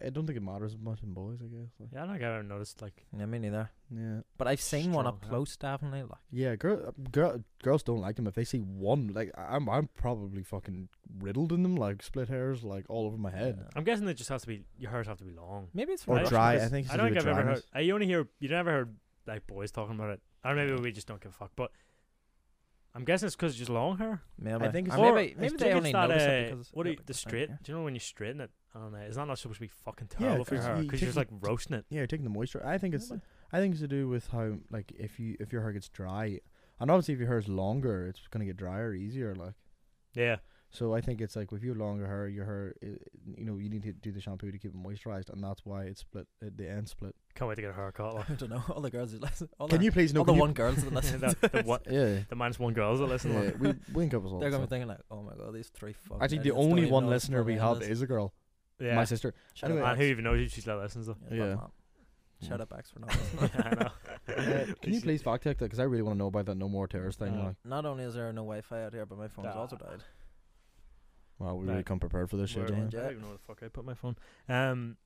[SPEAKER 2] I don't think it matters as much in boys. I guess. Like,
[SPEAKER 3] Yeah, I don't think I've ever noticed. Like,
[SPEAKER 1] Yeah, me neither.
[SPEAKER 2] yeah.
[SPEAKER 1] But I've seen one up
[SPEAKER 3] Strong, huh?
[SPEAKER 1] close, definitely. Like,
[SPEAKER 2] Yeah, girl, uh, girl, girls don't like them if they see one. Like I- I'm, I'm probably fucking riddled in them. Like split hairs, like all over my head.
[SPEAKER 1] yeah.
[SPEAKER 3] I'm guessing it just has to be your hairs have to be long.
[SPEAKER 1] Maybe it's
[SPEAKER 2] Or
[SPEAKER 1] Russia,
[SPEAKER 2] dry,
[SPEAKER 1] because
[SPEAKER 2] I think.
[SPEAKER 3] I
[SPEAKER 2] it's
[SPEAKER 3] don't
[SPEAKER 2] to do
[SPEAKER 3] think I've
[SPEAKER 2] with
[SPEAKER 3] ever heard.
[SPEAKER 2] dryness.
[SPEAKER 3] I only hear you never heard like boys talking about it, or maybe we just don't give a fuck. But I'm guessing it's because it's just long hair.
[SPEAKER 1] Maybe.
[SPEAKER 2] I think
[SPEAKER 1] Or
[SPEAKER 2] it's-
[SPEAKER 3] Or
[SPEAKER 1] maybe,
[SPEAKER 3] do you
[SPEAKER 1] maybe
[SPEAKER 3] think
[SPEAKER 1] they
[SPEAKER 3] it's
[SPEAKER 1] only
[SPEAKER 3] that,
[SPEAKER 1] notice
[SPEAKER 3] uh,
[SPEAKER 1] it because
[SPEAKER 3] what do
[SPEAKER 1] yeah,
[SPEAKER 3] you,
[SPEAKER 1] like,
[SPEAKER 3] the
[SPEAKER 1] I think,
[SPEAKER 3] straight?
[SPEAKER 1] yeah.
[SPEAKER 3] Do you know when you straighten it? I don't know. Is that not supposed to be fucking
[SPEAKER 2] Yeah,
[SPEAKER 3] terrible for your
[SPEAKER 2] 'cause
[SPEAKER 3] hair?
[SPEAKER 2] you
[SPEAKER 3] Because you're
[SPEAKER 2] take
[SPEAKER 3] just
[SPEAKER 2] the-
[SPEAKER 3] like roasting it.
[SPEAKER 2] Yeah, you're taking the moisture. I think it's.
[SPEAKER 1] Maybe.
[SPEAKER 2] I think it's to do with how like if you if your hair gets dry, and obviously if your hair is longer, it's gonna get drier easier. Like
[SPEAKER 3] Yeah.
[SPEAKER 2] so, I think it's like if you have longer hair, your hair, i- you know, you need to do the shampoo to keep it moisturized, and that's why it's split. uh, The end split.
[SPEAKER 3] Can't wait to get a haircut. Like.
[SPEAKER 1] I don't know. All the girls who listen. All
[SPEAKER 2] Can
[SPEAKER 1] the,
[SPEAKER 2] you please no?
[SPEAKER 1] all the
[SPEAKER 2] can you-
[SPEAKER 1] one girls that listen.
[SPEAKER 3] the, the, one,
[SPEAKER 2] Yeah.
[SPEAKER 3] the minus one girls that listen.
[SPEAKER 2] yeah,
[SPEAKER 3] like.
[SPEAKER 2] we wink up us all.
[SPEAKER 1] They're
[SPEAKER 2] the
[SPEAKER 1] gonna be
[SPEAKER 2] time.
[SPEAKER 1] thinking like, "Oh my god, these three fucking."
[SPEAKER 2] Actually, the
[SPEAKER 1] idiots don't
[SPEAKER 2] only
[SPEAKER 1] even
[SPEAKER 2] one
[SPEAKER 1] know
[SPEAKER 2] listener we
[SPEAKER 1] what's going
[SPEAKER 2] have
[SPEAKER 1] on
[SPEAKER 2] is a girl,
[SPEAKER 3] Yeah.
[SPEAKER 2] my sister.
[SPEAKER 1] Shut
[SPEAKER 2] anyway,
[SPEAKER 1] up,
[SPEAKER 3] and who
[SPEAKER 1] Axe.
[SPEAKER 3] even knows you? She's not listens though.
[SPEAKER 2] Yeah.
[SPEAKER 1] fuck that.
[SPEAKER 2] Mm.
[SPEAKER 1] Shut up, Axe, for not
[SPEAKER 3] Yeah, I
[SPEAKER 1] listening.
[SPEAKER 3] know.
[SPEAKER 2] Uh, can you
[SPEAKER 3] She's-
[SPEAKER 2] please fact check that? Because I really want to know about that no more terrorist thing.
[SPEAKER 3] Uh,
[SPEAKER 2] like,
[SPEAKER 1] Not only is there no Wi-Fi out here, but my phone's
[SPEAKER 3] Ah.
[SPEAKER 1] also died.
[SPEAKER 2] wow, we really
[SPEAKER 3] like,
[SPEAKER 2] come prepared for this shit.
[SPEAKER 3] Word.
[SPEAKER 2] don't we?
[SPEAKER 1] change
[SPEAKER 3] I
[SPEAKER 1] it.
[SPEAKER 3] don't even know where the fuck I put my phone. Um,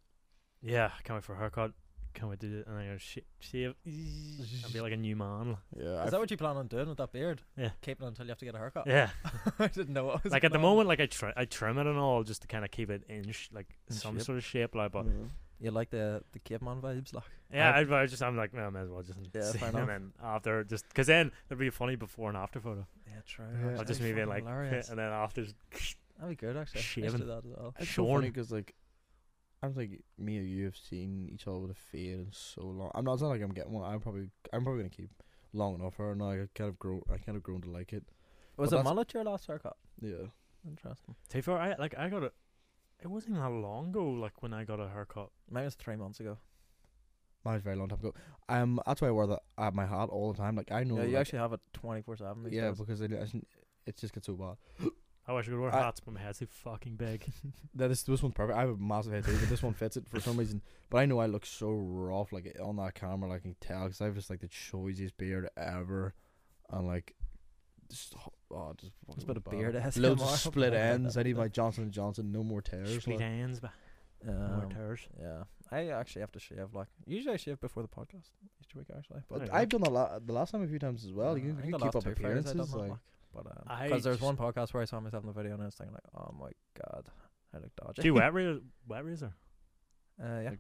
[SPEAKER 3] yeah, can't wait for a haircut. Can't wait to do it. And I'm gonna sh- shave. I'll be like a new man.
[SPEAKER 2] Yeah,
[SPEAKER 1] Is
[SPEAKER 2] I've-
[SPEAKER 1] that what you plan on doing with that beard?
[SPEAKER 3] Yeah.
[SPEAKER 1] Keeping it until you have to get a haircut.
[SPEAKER 3] Yeah,
[SPEAKER 1] I didn't know. What was
[SPEAKER 3] like at the
[SPEAKER 1] planned.
[SPEAKER 3] moment, like I trim, I trim it and all just to kind of keep it in sh- like
[SPEAKER 1] In
[SPEAKER 3] some
[SPEAKER 1] shape.
[SPEAKER 3] sort of shape, like. But
[SPEAKER 2] Yeah.
[SPEAKER 1] you like the the caveman vibes, like.
[SPEAKER 3] yeah,
[SPEAKER 1] I-
[SPEAKER 3] I, I, just I'm like, no, I might as well just
[SPEAKER 1] Yeah,
[SPEAKER 3] see
[SPEAKER 1] fair
[SPEAKER 3] him
[SPEAKER 1] enough.
[SPEAKER 3] and after just because then there'll be a funny before and after photo.
[SPEAKER 1] Yeah, true.
[SPEAKER 2] Yeah.
[SPEAKER 1] actually,
[SPEAKER 3] I'll
[SPEAKER 2] That'd
[SPEAKER 3] just
[SPEAKER 1] that'd be
[SPEAKER 3] move in like,
[SPEAKER 1] fucking hilarious.
[SPEAKER 3] and then after, just
[SPEAKER 1] That'd be good actually. I used to
[SPEAKER 3] Shaven.
[SPEAKER 1] do that as well.
[SPEAKER 2] It's so
[SPEAKER 3] Sean.
[SPEAKER 2] funny because like I don't think me or you have seen each other with a fade in so long. I'm not. It's not like I'm getting one. I'm probably. I'm probably gonna keep. long enough for her now. I kind of grow. I kind of grown to like it.
[SPEAKER 1] Was
[SPEAKER 2] But
[SPEAKER 1] it
[SPEAKER 2] that's-
[SPEAKER 1] mullet your last haircut?
[SPEAKER 2] Yeah.
[SPEAKER 1] Interesting.
[SPEAKER 3] To be fair, I like I got a. It wasn't even that long ago. Like when I got a haircut.
[SPEAKER 1] Mine was three months ago.
[SPEAKER 2] Mine was a very long time ago. Um, that's why I wear the uh, my hat all the time. Like I know.
[SPEAKER 1] yeah, you
[SPEAKER 2] like-
[SPEAKER 1] actually have it twenty four seven.
[SPEAKER 2] Yeah, because I, I shouldn't- it just gets so bad.
[SPEAKER 3] I wish I could wear
[SPEAKER 2] I-
[SPEAKER 3] hats, but my head's too fucking big.
[SPEAKER 2] That this this one's perfect. I have a massive head too, but this one fits it for some reason. But I know I look so rough, like on that camera, like I can tell, because I have just like the choisiest beard ever, and like, just oh, just fucking
[SPEAKER 1] it's a bit of
[SPEAKER 2] bad.
[SPEAKER 1] beard.
[SPEAKER 2] Loads
[SPEAKER 1] ASMR.
[SPEAKER 2] of split ends. I need my Johnson and Johnson. No more tears.
[SPEAKER 3] Split
[SPEAKER 2] like.
[SPEAKER 3] ends, but more
[SPEAKER 1] Um,
[SPEAKER 3] tears.
[SPEAKER 1] yeah, I actually have to shave. Like usually I shave before the podcast each week. Actually, but
[SPEAKER 3] There
[SPEAKER 2] But
[SPEAKER 3] you
[SPEAKER 2] I've done that la- the last time a few times as well.
[SPEAKER 1] uh,
[SPEAKER 2] You
[SPEAKER 1] I
[SPEAKER 2] can,
[SPEAKER 1] think
[SPEAKER 2] you
[SPEAKER 1] the
[SPEAKER 2] can keep
[SPEAKER 1] last
[SPEAKER 2] up
[SPEAKER 1] two Fridays I done
[SPEAKER 2] appearances.
[SPEAKER 1] that,
[SPEAKER 2] Like,
[SPEAKER 1] like, But
[SPEAKER 3] I
[SPEAKER 1] because there's
[SPEAKER 3] just-
[SPEAKER 1] one podcast where I saw myself in the video and I was thinking like, oh my god, I look dodgy.
[SPEAKER 3] Do you wet razor? Wet razor?
[SPEAKER 1] Uh, yeah.
[SPEAKER 2] Like-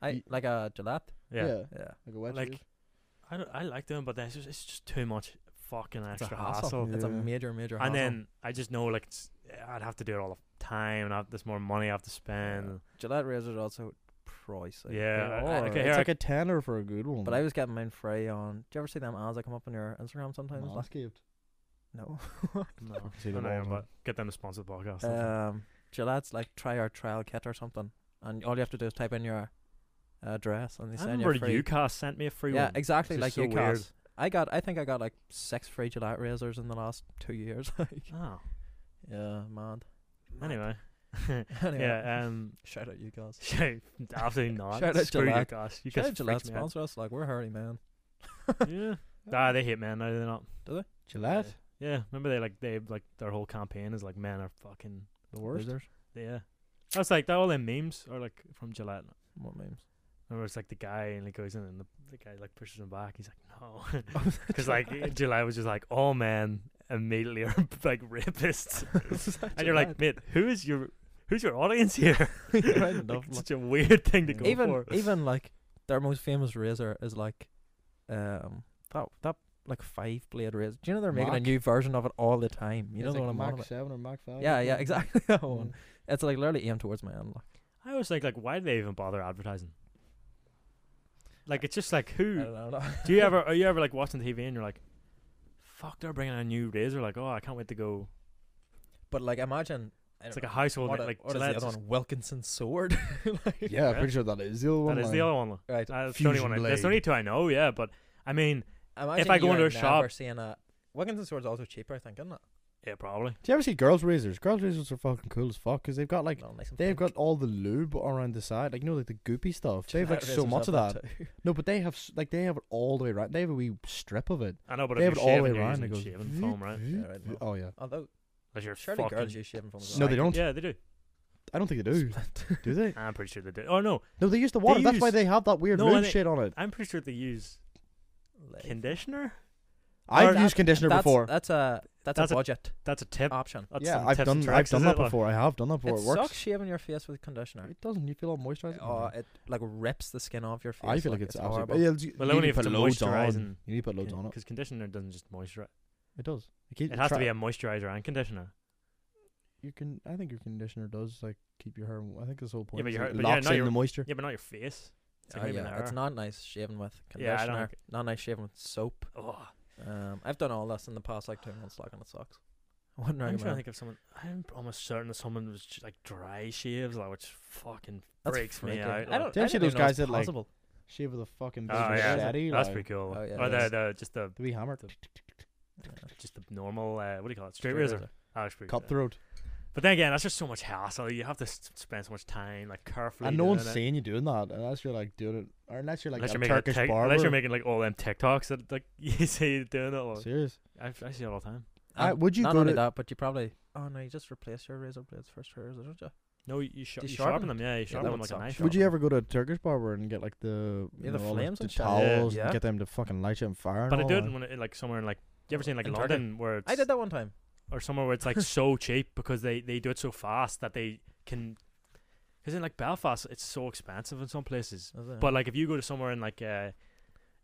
[SPEAKER 1] I
[SPEAKER 2] Ye-
[SPEAKER 1] like a Gillette.
[SPEAKER 2] yeah.
[SPEAKER 3] Yeah.
[SPEAKER 1] Yeah.
[SPEAKER 2] like a wet
[SPEAKER 3] Like,
[SPEAKER 2] shave.
[SPEAKER 3] I don't, I like doing, but that's just it's just too much fucking
[SPEAKER 1] It's
[SPEAKER 3] extra
[SPEAKER 1] a
[SPEAKER 3] hassle.
[SPEAKER 1] hassle. It's a
[SPEAKER 2] Yeah.
[SPEAKER 1] major, major.
[SPEAKER 3] And
[SPEAKER 1] hassle.
[SPEAKER 3] then I just know like it's, I'd have to do it all the time, and I, there's more money I have to spend.
[SPEAKER 1] Gillette razors are also pricey.
[SPEAKER 3] Yeah,
[SPEAKER 1] They
[SPEAKER 3] I- I- okay,
[SPEAKER 1] are.
[SPEAKER 2] it's
[SPEAKER 3] here I-
[SPEAKER 2] like a tenner for a good one.
[SPEAKER 1] But I was getting mine free on. Do you ever see them ads that come up on your Instagram sometimes? Like,
[SPEAKER 2] Manscaped.
[SPEAKER 1] no.
[SPEAKER 3] No,
[SPEAKER 2] See
[SPEAKER 3] I
[SPEAKER 2] them
[SPEAKER 3] know,
[SPEAKER 2] all the
[SPEAKER 3] but
[SPEAKER 2] time.
[SPEAKER 3] get them to sponsor the podcast.
[SPEAKER 1] Um, Gillette's like try our trial kit or something, and all you have to do is type in your uh, address, and they
[SPEAKER 3] I
[SPEAKER 1] send you a
[SPEAKER 3] remember
[SPEAKER 1] free.
[SPEAKER 3] UCAS sent me a free
[SPEAKER 1] yeah,
[SPEAKER 3] one.
[SPEAKER 1] exactly.
[SPEAKER 3] which
[SPEAKER 1] Like
[SPEAKER 3] is so
[SPEAKER 1] UCAS.
[SPEAKER 3] weird.
[SPEAKER 1] I got. I think I got like six free Gillette razors in the last two years. Like,
[SPEAKER 3] Oh,
[SPEAKER 1] yeah, mad.
[SPEAKER 3] anyway,
[SPEAKER 1] anyway,
[SPEAKER 3] yeah. Um,
[SPEAKER 1] shout out you guys.
[SPEAKER 3] absolutely not.
[SPEAKER 1] Shout out
[SPEAKER 3] Screw
[SPEAKER 1] Gillette.
[SPEAKER 3] UCAS.
[SPEAKER 1] Shout out
[SPEAKER 3] UCAS
[SPEAKER 1] Gillette
[SPEAKER 3] freaks me out.
[SPEAKER 1] sponsor us. Like we're hurry man.
[SPEAKER 3] yeah. Ah, they hate men. No, they're not.
[SPEAKER 2] Gillette.
[SPEAKER 3] Yeah, remember they like they like their whole campaign is like men are fucking
[SPEAKER 2] The worst.
[SPEAKER 1] Losers.
[SPEAKER 3] yeah. That's like that. All their memes are like from Gillette.
[SPEAKER 1] What memes?
[SPEAKER 3] Remember it's like the guy and he goes in and the, the guy like pushes him back. He's like no, because like Gillette was just like all men immediately are like rapists, and you're like mate, who is your who's your audience here?
[SPEAKER 1] Right
[SPEAKER 3] Like,
[SPEAKER 1] enough,
[SPEAKER 3] it's
[SPEAKER 1] like-
[SPEAKER 3] such a weird thing to
[SPEAKER 2] Yeah.
[SPEAKER 3] go
[SPEAKER 1] even
[SPEAKER 3] for.
[SPEAKER 1] even like their most famous razor is like um that that like five blade razor. Do you know they're making a
[SPEAKER 2] Mac?
[SPEAKER 1] new version of it all the time? You
[SPEAKER 2] It's
[SPEAKER 1] don't know
[SPEAKER 2] like
[SPEAKER 1] what I'm on
[SPEAKER 2] Mac
[SPEAKER 1] about.
[SPEAKER 2] Seven or Mac Five.
[SPEAKER 1] Yeah,
[SPEAKER 2] or
[SPEAKER 1] yeah,
[SPEAKER 2] something.
[SPEAKER 1] exactly that
[SPEAKER 2] Yeah.
[SPEAKER 1] one. It's like literally aimed towards my end. Like,
[SPEAKER 3] I always think like why do they even bother advertising? Like it's just like who
[SPEAKER 1] I don't know.
[SPEAKER 3] Do you ever are you ever like watching TV and you're like, fuck, they're bringing out a new razor? Like, oh, I can't wait to go.
[SPEAKER 1] But like, imagine
[SPEAKER 3] It's like a household
[SPEAKER 1] what,
[SPEAKER 3] name,
[SPEAKER 1] a-
[SPEAKER 3] like
[SPEAKER 1] what is the
[SPEAKER 3] Gillette.
[SPEAKER 1] other one? Wilkinson sword. Like-
[SPEAKER 2] Yeah, I'm pretty sure that is the other one.
[SPEAKER 3] That is
[SPEAKER 2] like-
[SPEAKER 3] the other one. though.
[SPEAKER 1] Right.
[SPEAKER 3] That's the only
[SPEAKER 2] Fusion
[SPEAKER 3] one. I, that's the
[SPEAKER 2] blade.
[SPEAKER 3] only two I know. Yeah, but I mean,
[SPEAKER 1] Imagine
[SPEAKER 3] I go
[SPEAKER 1] you're
[SPEAKER 3] into a
[SPEAKER 1] never
[SPEAKER 3] shop-
[SPEAKER 1] seeing a Wilkinson sword's also cheaper, I think, isn't it?
[SPEAKER 3] yeah, probably.
[SPEAKER 2] Do you ever see girls' razors? Girls' razors are fucking cool as fuck because they've got like
[SPEAKER 1] No, nice and
[SPEAKER 2] they've
[SPEAKER 1] pink.
[SPEAKER 2] got all the lube around the side, like you know, like the goopy stuff. They have like
[SPEAKER 1] Gillette
[SPEAKER 2] so
[SPEAKER 1] razors
[SPEAKER 2] much of
[SPEAKER 1] have
[SPEAKER 2] that.
[SPEAKER 1] too.
[SPEAKER 2] No, but they have s- like they have it all the way around. They have a wee strip of it.
[SPEAKER 3] I know, but
[SPEAKER 2] they
[SPEAKER 3] if
[SPEAKER 2] have it
[SPEAKER 3] you're
[SPEAKER 2] all the way
[SPEAKER 3] shaving, you're
[SPEAKER 2] around. It
[SPEAKER 3] using
[SPEAKER 2] goes.
[SPEAKER 3] shaving foam, right?
[SPEAKER 1] Yeah, right, no.
[SPEAKER 2] Oh yeah.
[SPEAKER 1] Although
[SPEAKER 3] That's your
[SPEAKER 1] surely
[SPEAKER 3] fucking.
[SPEAKER 1] girls use shaving foam. as well.
[SPEAKER 2] No, they don't.
[SPEAKER 3] Yeah, they do.
[SPEAKER 2] I don't think they do. do they?
[SPEAKER 3] I'm pretty sure they do. Oh no,
[SPEAKER 2] No, they use the water.
[SPEAKER 3] They
[SPEAKER 2] That's why
[SPEAKER 3] use-
[SPEAKER 2] they have that weird
[SPEAKER 3] No,
[SPEAKER 2] lube
[SPEAKER 3] and they-
[SPEAKER 2] shit on it.
[SPEAKER 3] I'm pretty sure they use
[SPEAKER 1] Like-
[SPEAKER 3] conditioner.
[SPEAKER 2] I've
[SPEAKER 1] That-
[SPEAKER 2] used conditioner
[SPEAKER 1] that's,
[SPEAKER 2] before.
[SPEAKER 1] That's a that's,
[SPEAKER 3] That's
[SPEAKER 1] a
[SPEAKER 3] a-
[SPEAKER 1] budget
[SPEAKER 3] That's a tip.
[SPEAKER 1] option.
[SPEAKER 3] That's
[SPEAKER 2] Uh, yeah,
[SPEAKER 3] some
[SPEAKER 2] I've
[SPEAKER 3] tips
[SPEAKER 2] done.
[SPEAKER 3] and
[SPEAKER 2] I've
[SPEAKER 3] tricks,
[SPEAKER 2] done
[SPEAKER 3] is
[SPEAKER 2] that
[SPEAKER 3] it? Like,
[SPEAKER 2] before. I have done that before. It,
[SPEAKER 1] it
[SPEAKER 2] works.
[SPEAKER 1] sucks shaving your face with conditioner.
[SPEAKER 2] It doesn't. You feel all moisturized.
[SPEAKER 1] Oh, it like rips the skin off your face.
[SPEAKER 2] I feel
[SPEAKER 1] like,
[SPEAKER 2] like it's,
[SPEAKER 1] horrible.
[SPEAKER 2] absolutely. You
[SPEAKER 3] Well,
[SPEAKER 2] need
[SPEAKER 3] only
[SPEAKER 2] to
[SPEAKER 3] if
[SPEAKER 2] put
[SPEAKER 3] it's a
[SPEAKER 2] loads
[SPEAKER 3] moisturizing-
[SPEAKER 2] on. You need to put loads on it.
[SPEAKER 3] Because conditioner doesn't just moisturize.
[SPEAKER 2] It does. It, keeps,
[SPEAKER 3] It has to
[SPEAKER 2] tra-
[SPEAKER 3] be a moisturizer and conditioner.
[SPEAKER 2] You can. I think your conditioner does like keep your hair. I think this whole point.
[SPEAKER 3] but
[SPEAKER 2] is
[SPEAKER 3] your
[SPEAKER 2] it
[SPEAKER 3] hair- but yeah,
[SPEAKER 2] locks
[SPEAKER 3] no,
[SPEAKER 2] in
[SPEAKER 3] your-
[SPEAKER 2] the moisture.
[SPEAKER 3] Yeah, but not your face. It's
[SPEAKER 1] Uh,
[SPEAKER 3] like maybe an
[SPEAKER 1] yeah, it's
[SPEAKER 3] hour.
[SPEAKER 1] not nice shaving with
[SPEAKER 3] Yeah, I don't
[SPEAKER 1] conditioner.
[SPEAKER 3] like it.
[SPEAKER 1] not nice shaving with soap.
[SPEAKER 3] Oh.
[SPEAKER 1] Um, I've done all this in the past like two months, like and it sucks. I wouldn't
[SPEAKER 3] I'm trying to
[SPEAKER 1] recommend.
[SPEAKER 3] think of someone. I'm almost certain that someone was sh- like dry shaves, like which fucking
[SPEAKER 1] That's
[SPEAKER 3] breaks me
[SPEAKER 1] freaky.
[SPEAKER 3] out.
[SPEAKER 1] I
[SPEAKER 3] like-
[SPEAKER 1] don't.
[SPEAKER 2] Do you
[SPEAKER 1] I
[SPEAKER 2] ever see
[SPEAKER 1] didn't
[SPEAKER 2] those
[SPEAKER 1] even know
[SPEAKER 2] guys
[SPEAKER 1] it's
[SPEAKER 2] that, like,
[SPEAKER 1] possible.
[SPEAKER 2] Shave with a fucking big
[SPEAKER 3] Oh, yeah,
[SPEAKER 2] machete.
[SPEAKER 3] that's
[SPEAKER 2] like,
[SPEAKER 3] pretty cool.
[SPEAKER 1] Oh, yeah,
[SPEAKER 3] or
[SPEAKER 1] that's-
[SPEAKER 3] the, the just the
[SPEAKER 2] The wee hammer.
[SPEAKER 1] Yeah.
[SPEAKER 3] just the normal uh, what do you call it? Straight razor. Oh, that's pretty cool.
[SPEAKER 2] Cutthroat.
[SPEAKER 3] But then again, that's just so much hassle. You have to s- spend so much time like carefully.
[SPEAKER 2] And no one's
[SPEAKER 3] doing it.
[SPEAKER 2] seeing you doing that unless you're like doing it, or unless you're like
[SPEAKER 3] unless
[SPEAKER 2] a
[SPEAKER 3] you're making
[SPEAKER 2] Turkish
[SPEAKER 3] Turkish tic-
[SPEAKER 2] barber.
[SPEAKER 3] unless you're making like all them TikToks that like you see doing it. All.
[SPEAKER 2] serious.
[SPEAKER 3] I, I see it all the time.
[SPEAKER 2] I-
[SPEAKER 1] Um,
[SPEAKER 2] would you
[SPEAKER 1] not
[SPEAKER 2] go
[SPEAKER 1] only
[SPEAKER 2] to-
[SPEAKER 1] that, but you probably. Oh no, you just replace your razor blades first for razor, don't you?
[SPEAKER 3] No, you, sh-
[SPEAKER 1] Do you
[SPEAKER 3] you
[SPEAKER 1] sharpen
[SPEAKER 3] sharpen them. Yeah, you sharpen
[SPEAKER 1] that
[SPEAKER 3] them like a
[SPEAKER 1] would suck.
[SPEAKER 3] knife.
[SPEAKER 2] Would you
[SPEAKER 1] Sharpen.
[SPEAKER 2] ever go to a Turkish barber and get like the
[SPEAKER 1] Yeah,
[SPEAKER 2] you
[SPEAKER 1] the
[SPEAKER 2] know, all the-
[SPEAKER 1] flames
[SPEAKER 2] the
[SPEAKER 1] and shit.
[SPEAKER 3] Yeah.
[SPEAKER 2] towels,
[SPEAKER 1] Yeah.
[SPEAKER 2] and get them to fucking light you on fire? And
[SPEAKER 3] But I
[SPEAKER 2] all
[SPEAKER 3] do it
[SPEAKER 2] that?
[SPEAKER 3] when it, like somewhere in like you ever seen like
[SPEAKER 1] In Turkey.
[SPEAKER 3] London where it's
[SPEAKER 1] I did that one time.
[SPEAKER 3] or somewhere where it's like so cheap because they they do it so fast that they can because in like Belfast it's so expensive in some places
[SPEAKER 1] Is it?
[SPEAKER 3] but like if you go to somewhere in like uh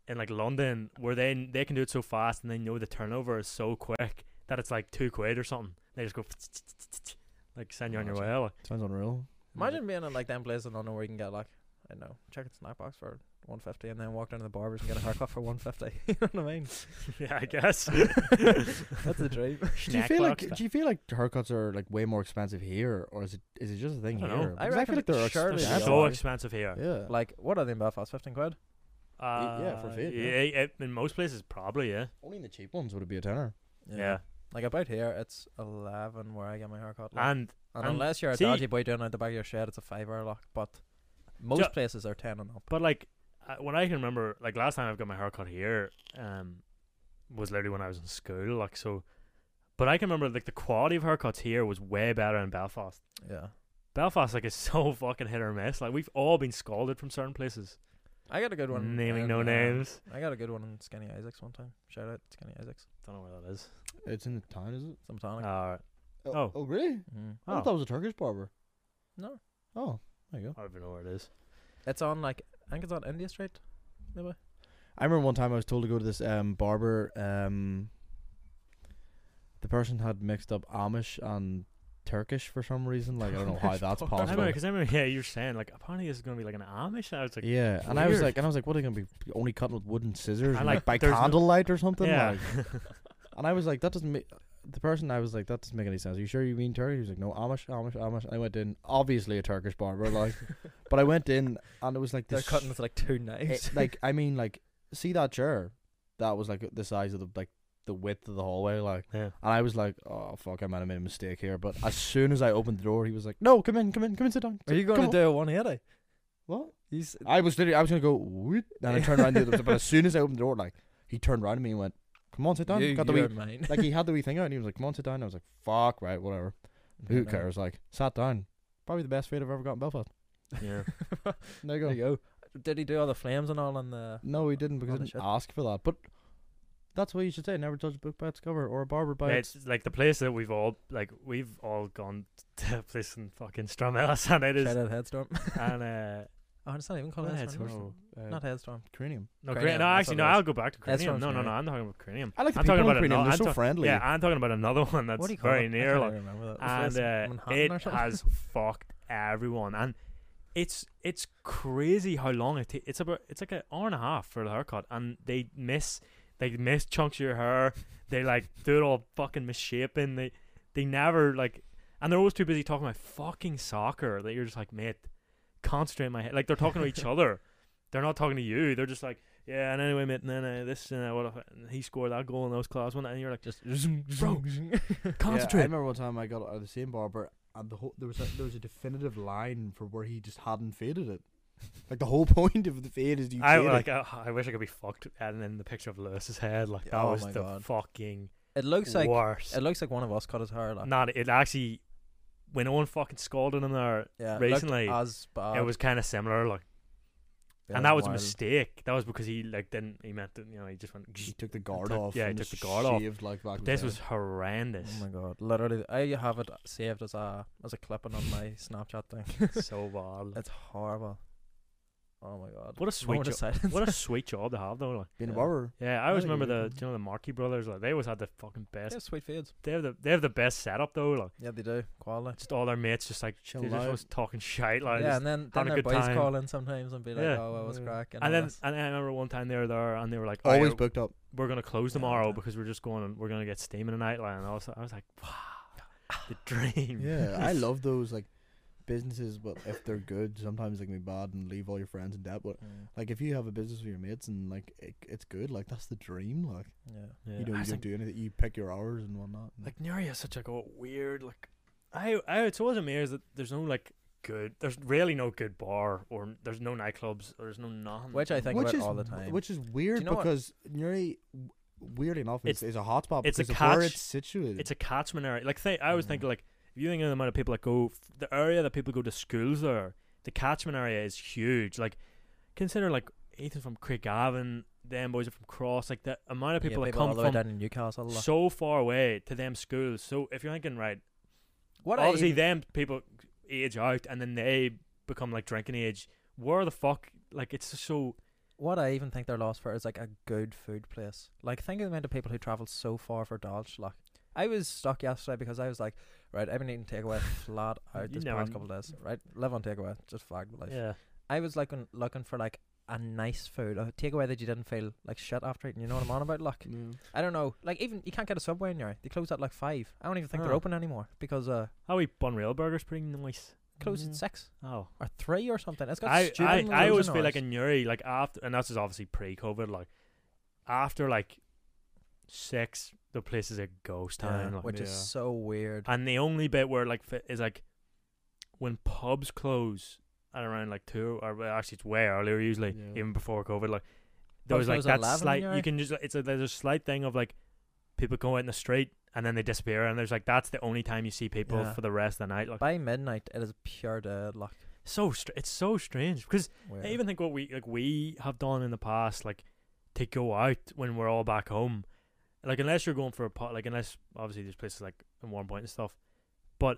[SPEAKER 3] in like London where they they can do it so fast and they know the turnover is so quick that it's like two quid or something they just go like send you on your way like,
[SPEAKER 2] Sounds unreal.
[SPEAKER 1] Imagine being in like them places in London where you can get like I don't know, check it snack box for one fifty, and then walk down to the barbers and get a haircut for one fifty. you know what I mean?
[SPEAKER 3] yeah, I guess.
[SPEAKER 1] That's the dream.
[SPEAKER 2] Do you feel like do you feel like haircuts are like way more expensive here, or is it is it just a thing
[SPEAKER 3] I
[SPEAKER 2] here?
[SPEAKER 3] dunno.
[SPEAKER 1] I
[SPEAKER 2] Because feel
[SPEAKER 1] reckon
[SPEAKER 2] like they're
[SPEAKER 1] surely
[SPEAKER 2] expensive.
[SPEAKER 1] they
[SPEAKER 3] so
[SPEAKER 1] are.
[SPEAKER 3] expensive here.
[SPEAKER 2] Yeah.
[SPEAKER 1] Like, what are they in Belfast? Fifteen quid.
[SPEAKER 3] Uh,
[SPEAKER 2] yeah, for fit, yeah.
[SPEAKER 3] yeah, in most places, probably, yeah.
[SPEAKER 2] only the cheap ones would it be a tenner.
[SPEAKER 3] Yeah.
[SPEAKER 1] Like about here, it's eleven where I get my haircut. Like,
[SPEAKER 3] And
[SPEAKER 1] and,
[SPEAKER 3] and
[SPEAKER 1] unless you're a
[SPEAKER 3] see-
[SPEAKER 1] dodgy boy down out the back of your shed, it's a five hour lock. But most
[SPEAKER 3] Ju-
[SPEAKER 1] places are ten and up.
[SPEAKER 3] But like uh, when I can remember, like last time I've got my haircut here, um, was literally when I was in school. Like so, but I can remember like the quality of haircuts here was way better in Belfast.
[SPEAKER 1] Yeah.
[SPEAKER 3] Belfast like is so fucking hit or miss. Like we've all been scalded from certain places.
[SPEAKER 1] I got a good one.
[SPEAKER 3] Naming
[SPEAKER 1] in,
[SPEAKER 3] no
[SPEAKER 1] uh,
[SPEAKER 3] names.
[SPEAKER 1] I got a good one in Skinny Isaacs one time. Shout out Skinny Isaacs.
[SPEAKER 3] Don't know where that is. Uh,
[SPEAKER 2] It's in the town, is it?
[SPEAKER 1] Some tonic.
[SPEAKER 3] Alright. Oh.
[SPEAKER 2] oh really?
[SPEAKER 1] Mhm.
[SPEAKER 2] I thought that was a Turkish barber.
[SPEAKER 1] No.
[SPEAKER 2] Oh, there you go.
[SPEAKER 3] I don't even know where it is.
[SPEAKER 1] It's on like I think it's on India Street.
[SPEAKER 2] I remember one time I was told to go to this um, barber. Um, the person had mixed up Amish and Turkish for some reason. Like I don't know how
[SPEAKER 1] Amish
[SPEAKER 2] that's
[SPEAKER 3] I
[SPEAKER 1] barber. Possible.
[SPEAKER 3] remember
[SPEAKER 2] possible.
[SPEAKER 3] because I remember yeah you're saying like apparently this is gonna be like an Amish. I was like
[SPEAKER 2] yeah, and I was
[SPEAKER 3] weird.
[SPEAKER 2] like, and I was like, what are they gonna be only cutting with wooden scissors
[SPEAKER 3] I
[SPEAKER 2] and,
[SPEAKER 3] like-
[SPEAKER 2] like, by
[SPEAKER 3] there's no-
[SPEAKER 2] candlelight or something?
[SPEAKER 3] yeah.
[SPEAKER 2] Like, and I was like, that doesn't make. The person I was like, that doesn't make any sense. Are you sure you mean Turkish? He was like, no, Amish, Amish, Amish. And I went in, obviously a Turkish barber, like, but I went in and it was like
[SPEAKER 1] They're
[SPEAKER 2] this
[SPEAKER 1] cutting with like two
[SPEAKER 2] it-
[SPEAKER 1] knives.
[SPEAKER 2] like I mean, like see that chair, that was like the size of the like the width of the hallway, like.
[SPEAKER 3] yeah.
[SPEAKER 2] And I was like, oh fuck, I might have made a mistake here. But as soon as I opened the door, he was like, no, come in, come in, come in, sit down.
[SPEAKER 1] Are you going
[SPEAKER 2] Come
[SPEAKER 1] to do a one eh? eighty?
[SPEAKER 2] What? Ah,
[SPEAKER 1] He's
[SPEAKER 2] I was literally, I was gonna go, Whoop, and I turned around. The other, but as soon as I opened the door, like he turned around to me and went, come on, sit down.
[SPEAKER 1] you,
[SPEAKER 2] Got the
[SPEAKER 1] you're
[SPEAKER 2] wee,
[SPEAKER 1] mine.
[SPEAKER 2] like he had the wee thing out, and he was like, come on, sit down. And I was like, fuck, right, whatever.
[SPEAKER 1] Yeah,
[SPEAKER 2] Who
[SPEAKER 1] no.
[SPEAKER 2] cares? Like, sat down. Probably the best fate I've ever got in Belfast.
[SPEAKER 3] Yeah.
[SPEAKER 2] There you go.
[SPEAKER 1] There you go. Did he do all the flames and all on the?
[SPEAKER 2] No, he didn't because I
[SPEAKER 1] Other
[SPEAKER 2] didn't
[SPEAKER 1] shit.
[SPEAKER 2] ask for that. But that's what you should say: never judge a book by its cover or a barber by
[SPEAKER 3] Yeah,
[SPEAKER 2] its.
[SPEAKER 3] it's like the place that we've all like we've all gone to a place in fucking Stramillas and it is
[SPEAKER 1] Shout out Headstorm.
[SPEAKER 3] and uh
[SPEAKER 1] Oh, it's not even called
[SPEAKER 3] Not
[SPEAKER 1] Headstorm.
[SPEAKER 3] Headstorm.
[SPEAKER 2] uh,
[SPEAKER 1] Not Headstorm.
[SPEAKER 2] cranium.
[SPEAKER 3] no,
[SPEAKER 1] Cranium,
[SPEAKER 3] cranium, no
[SPEAKER 1] that's
[SPEAKER 3] actually
[SPEAKER 1] what
[SPEAKER 3] no
[SPEAKER 1] it is.
[SPEAKER 3] I'll go back to
[SPEAKER 1] That's
[SPEAKER 3] cranium
[SPEAKER 1] from
[SPEAKER 3] no no no I'm
[SPEAKER 1] Cranium.
[SPEAKER 3] talking about cranium
[SPEAKER 2] I like the
[SPEAKER 3] I'm
[SPEAKER 2] people
[SPEAKER 3] talking
[SPEAKER 2] in
[SPEAKER 3] about it
[SPEAKER 2] cranium.
[SPEAKER 3] now,
[SPEAKER 2] They're
[SPEAKER 3] I'm
[SPEAKER 2] so
[SPEAKER 3] ta-
[SPEAKER 2] friendly.
[SPEAKER 3] yeah I'm talking about another one that's
[SPEAKER 1] what do you call
[SPEAKER 3] very
[SPEAKER 1] it? I
[SPEAKER 3] near
[SPEAKER 1] can't
[SPEAKER 3] like
[SPEAKER 1] even remember that.
[SPEAKER 3] and
[SPEAKER 1] It's
[SPEAKER 3] uh,
[SPEAKER 1] Manhattan
[SPEAKER 3] it
[SPEAKER 1] or something.
[SPEAKER 3] has fucked everyone and it's it's crazy how long it takes it's about it's like an hour and a half for the haircut and they miss they miss chunks of your hair they like do it all fucking misshapen they they never like and they're always too busy talking about fucking soccer that you're just like mate concentrate on my head like they're talking to each other they're not talking to you they're just like yeah and anyway mate and then uh, this and uh, what if, and he scored that goal in those class one and you're like just bro
[SPEAKER 2] I
[SPEAKER 3] concentrate
[SPEAKER 2] remember one time I got out of the same barber, and the whole there was a, there was a definitive line for where he just hadn't faded it. Like the whole point of the fade is you
[SPEAKER 3] I
[SPEAKER 2] fade
[SPEAKER 3] like.
[SPEAKER 2] it.
[SPEAKER 3] I, I wish I could be fucked. And then the picture of Lewis's head, like that
[SPEAKER 1] Oh
[SPEAKER 3] was
[SPEAKER 1] my
[SPEAKER 3] the
[SPEAKER 1] God.
[SPEAKER 3] fucking
[SPEAKER 1] It looks like
[SPEAKER 3] worst.
[SPEAKER 1] it looks like one of us cut his hair. Like,
[SPEAKER 3] Not it actually. When Owen fucking scalded him there,
[SPEAKER 1] yeah, it looked
[SPEAKER 3] recently,
[SPEAKER 1] as bad.
[SPEAKER 3] it was kind of similar. Like,
[SPEAKER 1] Yeah,
[SPEAKER 3] and that was a
[SPEAKER 1] Uh, wild.
[SPEAKER 3] mistake. That was because he like didn't. He meant to, you know. He just went.
[SPEAKER 2] He took the guard
[SPEAKER 3] took-
[SPEAKER 2] off.
[SPEAKER 3] yeah, he
[SPEAKER 2] and
[SPEAKER 3] took the
[SPEAKER 2] just
[SPEAKER 3] guard off.
[SPEAKER 2] shaved Like back
[SPEAKER 3] But this
[SPEAKER 2] there.
[SPEAKER 3] was horrendous.
[SPEAKER 1] Oh my god! Literally, I have it saved as a as a clipping on my Snapchat thing.
[SPEAKER 3] so bad.
[SPEAKER 1] It's horrible. Oh my god!
[SPEAKER 3] What a sweet
[SPEAKER 1] Moment of
[SPEAKER 3] job.
[SPEAKER 1] silence.
[SPEAKER 3] What a sweet job to have though. Like,
[SPEAKER 2] being a
[SPEAKER 1] Yeah.
[SPEAKER 2] barber.
[SPEAKER 3] yeah, I always
[SPEAKER 2] Yeah,
[SPEAKER 3] remember
[SPEAKER 2] you-
[SPEAKER 3] the you know the Markey brothers. Like they always had the fucking
[SPEAKER 1] They
[SPEAKER 3] best.
[SPEAKER 1] have sweet fades.
[SPEAKER 3] They have the they have the best setup though. Like
[SPEAKER 1] Yeah, they do quality.
[SPEAKER 3] just all their mates just like they
[SPEAKER 2] Chilling
[SPEAKER 3] just
[SPEAKER 2] out.
[SPEAKER 3] always talking shite. Like
[SPEAKER 1] yeah,
[SPEAKER 3] just
[SPEAKER 1] and then
[SPEAKER 3] having a
[SPEAKER 1] then their
[SPEAKER 3] good
[SPEAKER 1] boys
[SPEAKER 3] time.
[SPEAKER 1] call in sometimes and be like,
[SPEAKER 3] Yeah.
[SPEAKER 1] "Oh, I was
[SPEAKER 2] Yeah.
[SPEAKER 1] crack," and,
[SPEAKER 3] and
[SPEAKER 1] all
[SPEAKER 3] then
[SPEAKER 1] this.
[SPEAKER 3] and I remember one time they were there and they were like, "Alright,
[SPEAKER 2] Always booked up.
[SPEAKER 3] we're gonna close
[SPEAKER 1] Yeah,
[SPEAKER 3] tomorrow
[SPEAKER 1] yeah.
[SPEAKER 3] because we're just going and we're gonna get steaming tonight." Like, and I was, I was like, "Wow, the dream."
[SPEAKER 2] Yeah, I love those like businesses, but if they're good, sometimes they can be bad and leave all your friends in debt. But
[SPEAKER 1] Mm,
[SPEAKER 2] like if you have a business with your mates and like it, it's good, like that's the dream. Like
[SPEAKER 1] yeah.
[SPEAKER 3] Yeah.
[SPEAKER 2] you know
[SPEAKER 3] I
[SPEAKER 2] you
[SPEAKER 3] was
[SPEAKER 2] don't
[SPEAKER 3] like,
[SPEAKER 2] do anything, you pick your hours and whatnot. and-
[SPEAKER 3] like Nuri is such like a weird like. I I it's always amazed that there's no like good. There's really no good bar or there's no nightclubs or there's no nothing.
[SPEAKER 1] Which I think
[SPEAKER 2] which
[SPEAKER 1] about
[SPEAKER 2] is
[SPEAKER 1] all the
[SPEAKER 2] w-
[SPEAKER 1] time.
[SPEAKER 2] which is weird
[SPEAKER 1] you know what-
[SPEAKER 2] because Nuri, w- weirdly enough,
[SPEAKER 3] It's-
[SPEAKER 2] it's, is a hotspot
[SPEAKER 3] it's a
[SPEAKER 2] because of where
[SPEAKER 3] catch-
[SPEAKER 2] it's situated.
[SPEAKER 3] it's a catchment area. Like th- I always think
[SPEAKER 1] Mm.
[SPEAKER 3] like if you think of the amount of people that go, f- the area that people go to schools there, the catchment area is huge. Like consider like Ethan from Craigavon, them boys are from Cross. Like the amount of people that
[SPEAKER 1] yeah, people all the way
[SPEAKER 3] come
[SPEAKER 1] down in Newcastle.
[SPEAKER 3] from
[SPEAKER 1] like-
[SPEAKER 3] so far away to them schools. So if you're thinking right,
[SPEAKER 1] what I
[SPEAKER 3] obviously
[SPEAKER 1] even-
[SPEAKER 3] them people age out and then they become like drinking age. Where the fuck? Like it's just so
[SPEAKER 1] what I even think they're lost for is like a good food place. Like think of the amount of people who travel so far for Dalsh. Like I was stuck yesterday because I was like, right, I've been eating takeaway flat out
[SPEAKER 3] You
[SPEAKER 1] this
[SPEAKER 3] know
[SPEAKER 1] past
[SPEAKER 3] I'm-
[SPEAKER 1] couple of days. Right, live on takeaway, just fag the life.
[SPEAKER 3] yeah.
[SPEAKER 1] I was like looking for like a nice food, a takeaway that you didn't feel like shit after eating. You know what I'm on about? Like, I don't know. Like, even you can't get a subway in here. They close at like five. I don't even think they're
[SPEAKER 3] Oh.
[SPEAKER 1] open anymore because uh,
[SPEAKER 3] How we Bunrail burgers pretty nice.
[SPEAKER 1] close
[SPEAKER 4] Mm.
[SPEAKER 1] at six
[SPEAKER 3] Oh,
[SPEAKER 1] or three or something. It's got
[SPEAKER 3] I
[SPEAKER 1] stupid
[SPEAKER 3] I, I
[SPEAKER 1] closing
[SPEAKER 3] always feel
[SPEAKER 1] hours.
[SPEAKER 3] like in Newry, like after, and that's just obviously pre-COVID. Like after like six, the place is a ghost
[SPEAKER 1] Yeah,
[SPEAKER 3] town. like,
[SPEAKER 1] which is
[SPEAKER 3] yeah.
[SPEAKER 1] so weird.
[SPEAKER 3] And the only bit where like fit is like when pubs close at around like two or well, actually it's way earlier usually,
[SPEAKER 2] Yeah.
[SPEAKER 3] even before COVID. Like there was
[SPEAKER 1] Pubs
[SPEAKER 3] like
[SPEAKER 1] close at
[SPEAKER 3] that
[SPEAKER 1] 11 in
[SPEAKER 3] slight
[SPEAKER 1] Europe?
[SPEAKER 3] you can just it's a there's a slight thing of like people go out in the street and then they disappear and there's like that's the only time you see people
[SPEAKER 1] Yeah.
[SPEAKER 3] for the rest of the night. Like
[SPEAKER 1] By midnight, it is pure dead. Like,
[SPEAKER 3] so str- it's so strange because
[SPEAKER 1] weird.
[SPEAKER 3] I even think what we like we have done in the past, like to go out when we're all back home, like unless you're going for a pot, like unless obviously there's places like in Warm Point and stuff, but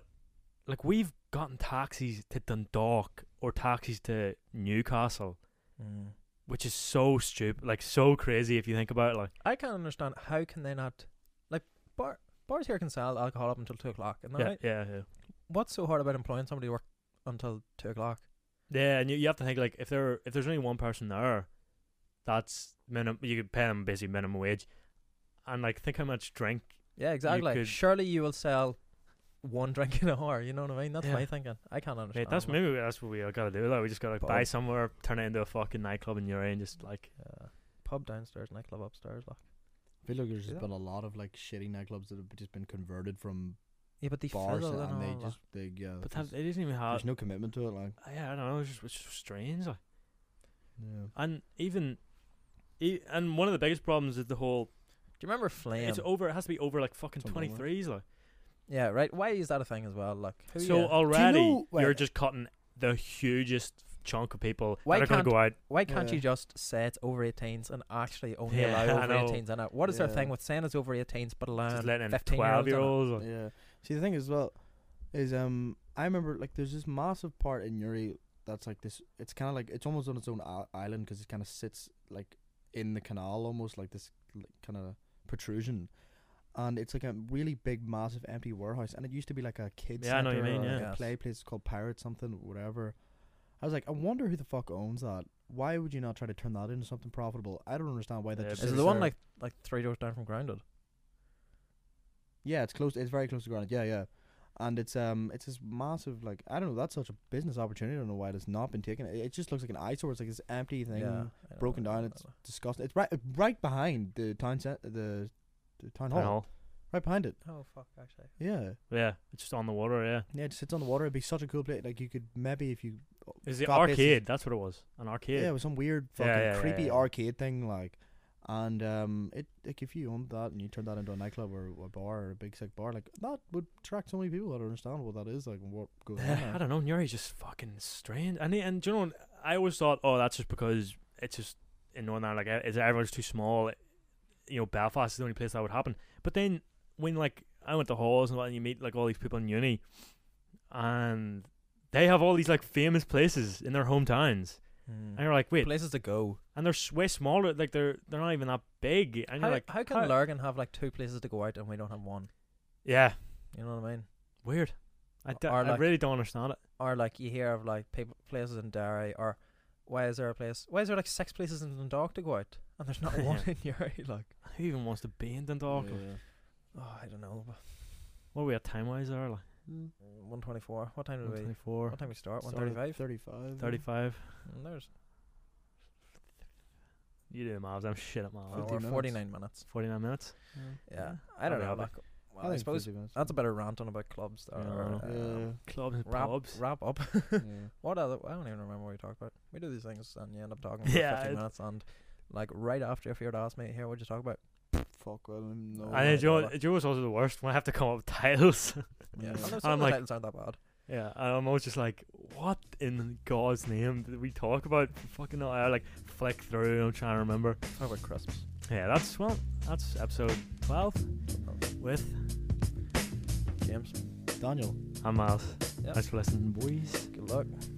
[SPEAKER 3] like we've gotten taxis to Dundalk or taxis to Newcastle,
[SPEAKER 1] Mm.
[SPEAKER 3] which is so stupid, like so crazy if you think about it. Like
[SPEAKER 1] I can't understand how can they not like bar bars here can sell alcohol up until two o'clock. And
[SPEAKER 3] yeah,
[SPEAKER 1] yeah.
[SPEAKER 3] yeah, yeah,
[SPEAKER 1] what's so hard about employing somebody to work until two o'clock?
[SPEAKER 3] yeah, and you, you have to think like if there if there's only one person there, that's minimum. You could pay them basically minimum wage, and like think how much drink
[SPEAKER 1] Yeah, exactly.
[SPEAKER 3] could-
[SPEAKER 1] Surely you will sell one drink in an hour. You know what I mean? That's
[SPEAKER 3] Yeah.
[SPEAKER 1] my thinking. I can't understand.
[SPEAKER 3] Mate, that's
[SPEAKER 1] that.
[SPEAKER 3] maybe that's what we all gotta do. Like, we just gotta
[SPEAKER 1] But-
[SPEAKER 3] buy somewhere, turn it into a fucking nightclub in your and just like
[SPEAKER 1] Yeah. Pub downstairs, nightclub upstairs. Like.
[SPEAKER 2] I feel like there's
[SPEAKER 1] Yeah.
[SPEAKER 2] been a lot of like shitty nightclubs that have just been converted from
[SPEAKER 1] Yeah, but they
[SPEAKER 2] bars
[SPEAKER 1] fiddle and
[SPEAKER 2] and
[SPEAKER 1] all
[SPEAKER 2] they
[SPEAKER 1] that.
[SPEAKER 2] just they yeah.
[SPEAKER 3] but that,
[SPEAKER 2] there's,
[SPEAKER 3] it doesn't even have
[SPEAKER 1] uh,
[SPEAKER 2] there's no commitment to it, like
[SPEAKER 3] yeah, I don't know, it's just it's so strange. Like
[SPEAKER 2] yeah.
[SPEAKER 3] and even e- and one of the biggest problems is the whole
[SPEAKER 1] Do you remember Flame?
[SPEAKER 3] it's over it has to be over like fucking
[SPEAKER 2] Something like
[SPEAKER 3] twenty
[SPEAKER 2] that.
[SPEAKER 3] threes like.
[SPEAKER 1] yeah, right. Why is that a thing as well? Like, who
[SPEAKER 3] so
[SPEAKER 1] ya-
[SPEAKER 3] already
[SPEAKER 2] know-
[SPEAKER 3] you are
[SPEAKER 2] wait.
[SPEAKER 3] just cutting the hugest chunk of people
[SPEAKER 1] Why
[SPEAKER 3] that are gonna
[SPEAKER 1] can't-
[SPEAKER 3] go out.
[SPEAKER 1] why can't
[SPEAKER 2] Yeah.
[SPEAKER 1] you just say it's over 18s and actually only
[SPEAKER 3] Yeah, I
[SPEAKER 1] allow over
[SPEAKER 3] know.
[SPEAKER 1] 18s in it? What is their
[SPEAKER 2] Yeah.
[SPEAKER 1] thing with saying it's over 18s but allowing
[SPEAKER 3] Just letting
[SPEAKER 1] 15
[SPEAKER 3] twelve year
[SPEAKER 1] in it?
[SPEAKER 3] olds like,
[SPEAKER 2] Yeah. See, the thing is, well, is um, I remember like there's this massive part in Yuri that's like this. It's kind of like it's almost on its own i- island because it kind of sits like in the canal, almost like this like, kind of protrusion, and it's like a really big, massive empty warehouse. And it used to be like a kids.
[SPEAKER 3] Yeah, I know what you
[SPEAKER 2] centre
[SPEAKER 3] mean,
[SPEAKER 2] or, like,
[SPEAKER 1] yeah.
[SPEAKER 2] a play place called Pirate something, whatever. I was like, I wonder who the fuck owns that. Why would you not try to turn that into something profitable? I don't understand why that.
[SPEAKER 3] Yeah,
[SPEAKER 2] just
[SPEAKER 3] but
[SPEAKER 1] Is it
[SPEAKER 2] sits
[SPEAKER 1] the one
[SPEAKER 2] there.
[SPEAKER 1] like like three doors down from Grounded?
[SPEAKER 2] Yeah, it's close. It's very close to Granite. Yeah, yeah. And it's um, it's this massive like I don't know. That's such a business opportunity. I don't know why it's not been taken. It, it just looks like an eyesore. It's like this empty thing,
[SPEAKER 1] I know,
[SPEAKER 2] broken
[SPEAKER 1] I know,
[SPEAKER 2] down.
[SPEAKER 1] I
[SPEAKER 2] It's
[SPEAKER 1] know.
[SPEAKER 2] disgusting. It's right, right behind the town cent- the, the town hall.
[SPEAKER 3] and all.
[SPEAKER 2] Right behind it.
[SPEAKER 1] Oh fuck! Actually,
[SPEAKER 2] Yeah,
[SPEAKER 3] Yeah, it's just on the water. Yeah,
[SPEAKER 2] yeah. It just sits on the water. It'd be such a cool place. Like you could maybe if you.
[SPEAKER 3] is it
[SPEAKER 2] got places-
[SPEAKER 3] arcade? That's what it was. An arcade.
[SPEAKER 2] Yeah, it was some weird fucking
[SPEAKER 3] yeah, yeah,
[SPEAKER 2] creepy
[SPEAKER 3] yeah.
[SPEAKER 2] arcade thing like. And um, it like if you owned that and you turned that into a nightclub or a bar or a big sick bar, like that would attract so many people. I don't understand what that is like. and What goes on? there.
[SPEAKER 3] I don't know. Nuri's just fucking strange. And they- and do you know, I always thought, oh, that's just because it's just in Northern Ireland, like is everyone's too small. You know, Belfast is the only place that would happen. But then when like I went to halls and all, and you meet like all these people in uni, and they have all these like famous places in their hometowns,
[SPEAKER 1] Mm.
[SPEAKER 3] and you're like, wait,
[SPEAKER 1] places to go.
[SPEAKER 3] and they're s- way smaller. Like they're they're not even that big. And
[SPEAKER 1] How,
[SPEAKER 3] you're like,
[SPEAKER 1] how can Lurgan have like two places to go out and we don't have one?
[SPEAKER 3] yeah,
[SPEAKER 1] You know what I mean?
[SPEAKER 3] weird. I, d-
[SPEAKER 1] Or
[SPEAKER 3] I
[SPEAKER 1] like-
[SPEAKER 3] really don't understand it.
[SPEAKER 1] Or like you hear of like people places in Derry, or why is there a place? Why is there like six places in Dundalk to go out and there's not one in Yuri? Like,
[SPEAKER 3] Who even wants to be in Dundalk?
[SPEAKER 1] oh, I don't know.
[SPEAKER 3] What are we at time wise there? Like
[SPEAKER 1] One twenty four. What time do we?
[SPEAKER 3] 124,
[SPEAKER 1] What time we start? One
[SPEAKER 2] Started
[SPEAKER 1] thirty five.
[SPEAKER 2] 35.
[SPEAKER 3] 35.
[SPEAKER 1] There's
[SPEAKER 3] You do the mobs. I'm shit at mobs.
[SPEAKER 1] oh,
[SPEAKER 2] 50
[SPEAKER 1] we're
[SPEAKER 2] minutes.
[SPEAKER 1] forty nine minutes.
[SPEAKER 3] 49 minutes.
[SPEAKER 1] Yeah, I don't
[SPEAKER 3] I'll
[SPEAKER 1] know.
[SPEAKER 3] be
[SPEAKER 1] Like,
[SPEAKER 3] happy.
[SPEAKER 1] well, I, suppose that's a better rant on about clubs. There.
[SPEAKER 3] Yeah, I
[SPEAKER 1] or,
[SPEAKER 2] know.
[SPEAKER 1] um,
[SPEAKER 3] Clubs and
[SPEAKER 1] wrap,
[SPEAKER 3] pubs.
[SPEAKER 1] wrap up.
[SPEAKER 2] yeah.
[SPEAKER 1] What other? I don't even remember what we talked about. We do these things and you end up talking for
[SPEAKER 3] Yeah,
[SPEAKER 1] 15
[SPEAKER 3] it-
[SPEAKER 1] minutes and like right after if you were to ask me here what'd you talk about?
[SPEAKER 2] Fuck, well, no.
[SPEAKER 3] and
[SPEAKER 1] And
[SPEAKER 3] then
[SPEAKER 1] it's
[SPEAKER 3] Joe,
[SPEAKER 1] whatever.
[SPEAKER 3] Joe was also the worst when I have to come up with titles.
[SPEAKER 1] Yeah.
[SPEAKER 2] Yeah.
[SPEAKER 1] Although some
[SPEAKER 3] I'm
[SPEAKER 1] of the
[SPEAKER 3] like-
[SPEAKER 1] titles aren't that bad.
[SPEAKER 3] yeah, and I'm always just like, what in God's name did we talk about? Fucking hell. I like flick through. I'm trying to remember.
[SPEAKER 1] Talk about crisps.
[SPEAKER 3] Yeah, that's well, that's episode 12 with
[SPEAKER 1] James.
[SPEAKER 2] Daniel.
[SPEAKER 3] I'm Miles.
[SPEAKER 1] Yeah.
[SPEAKER 3] Thanks for listening, boys.
[SPEAKER 1] Good luck.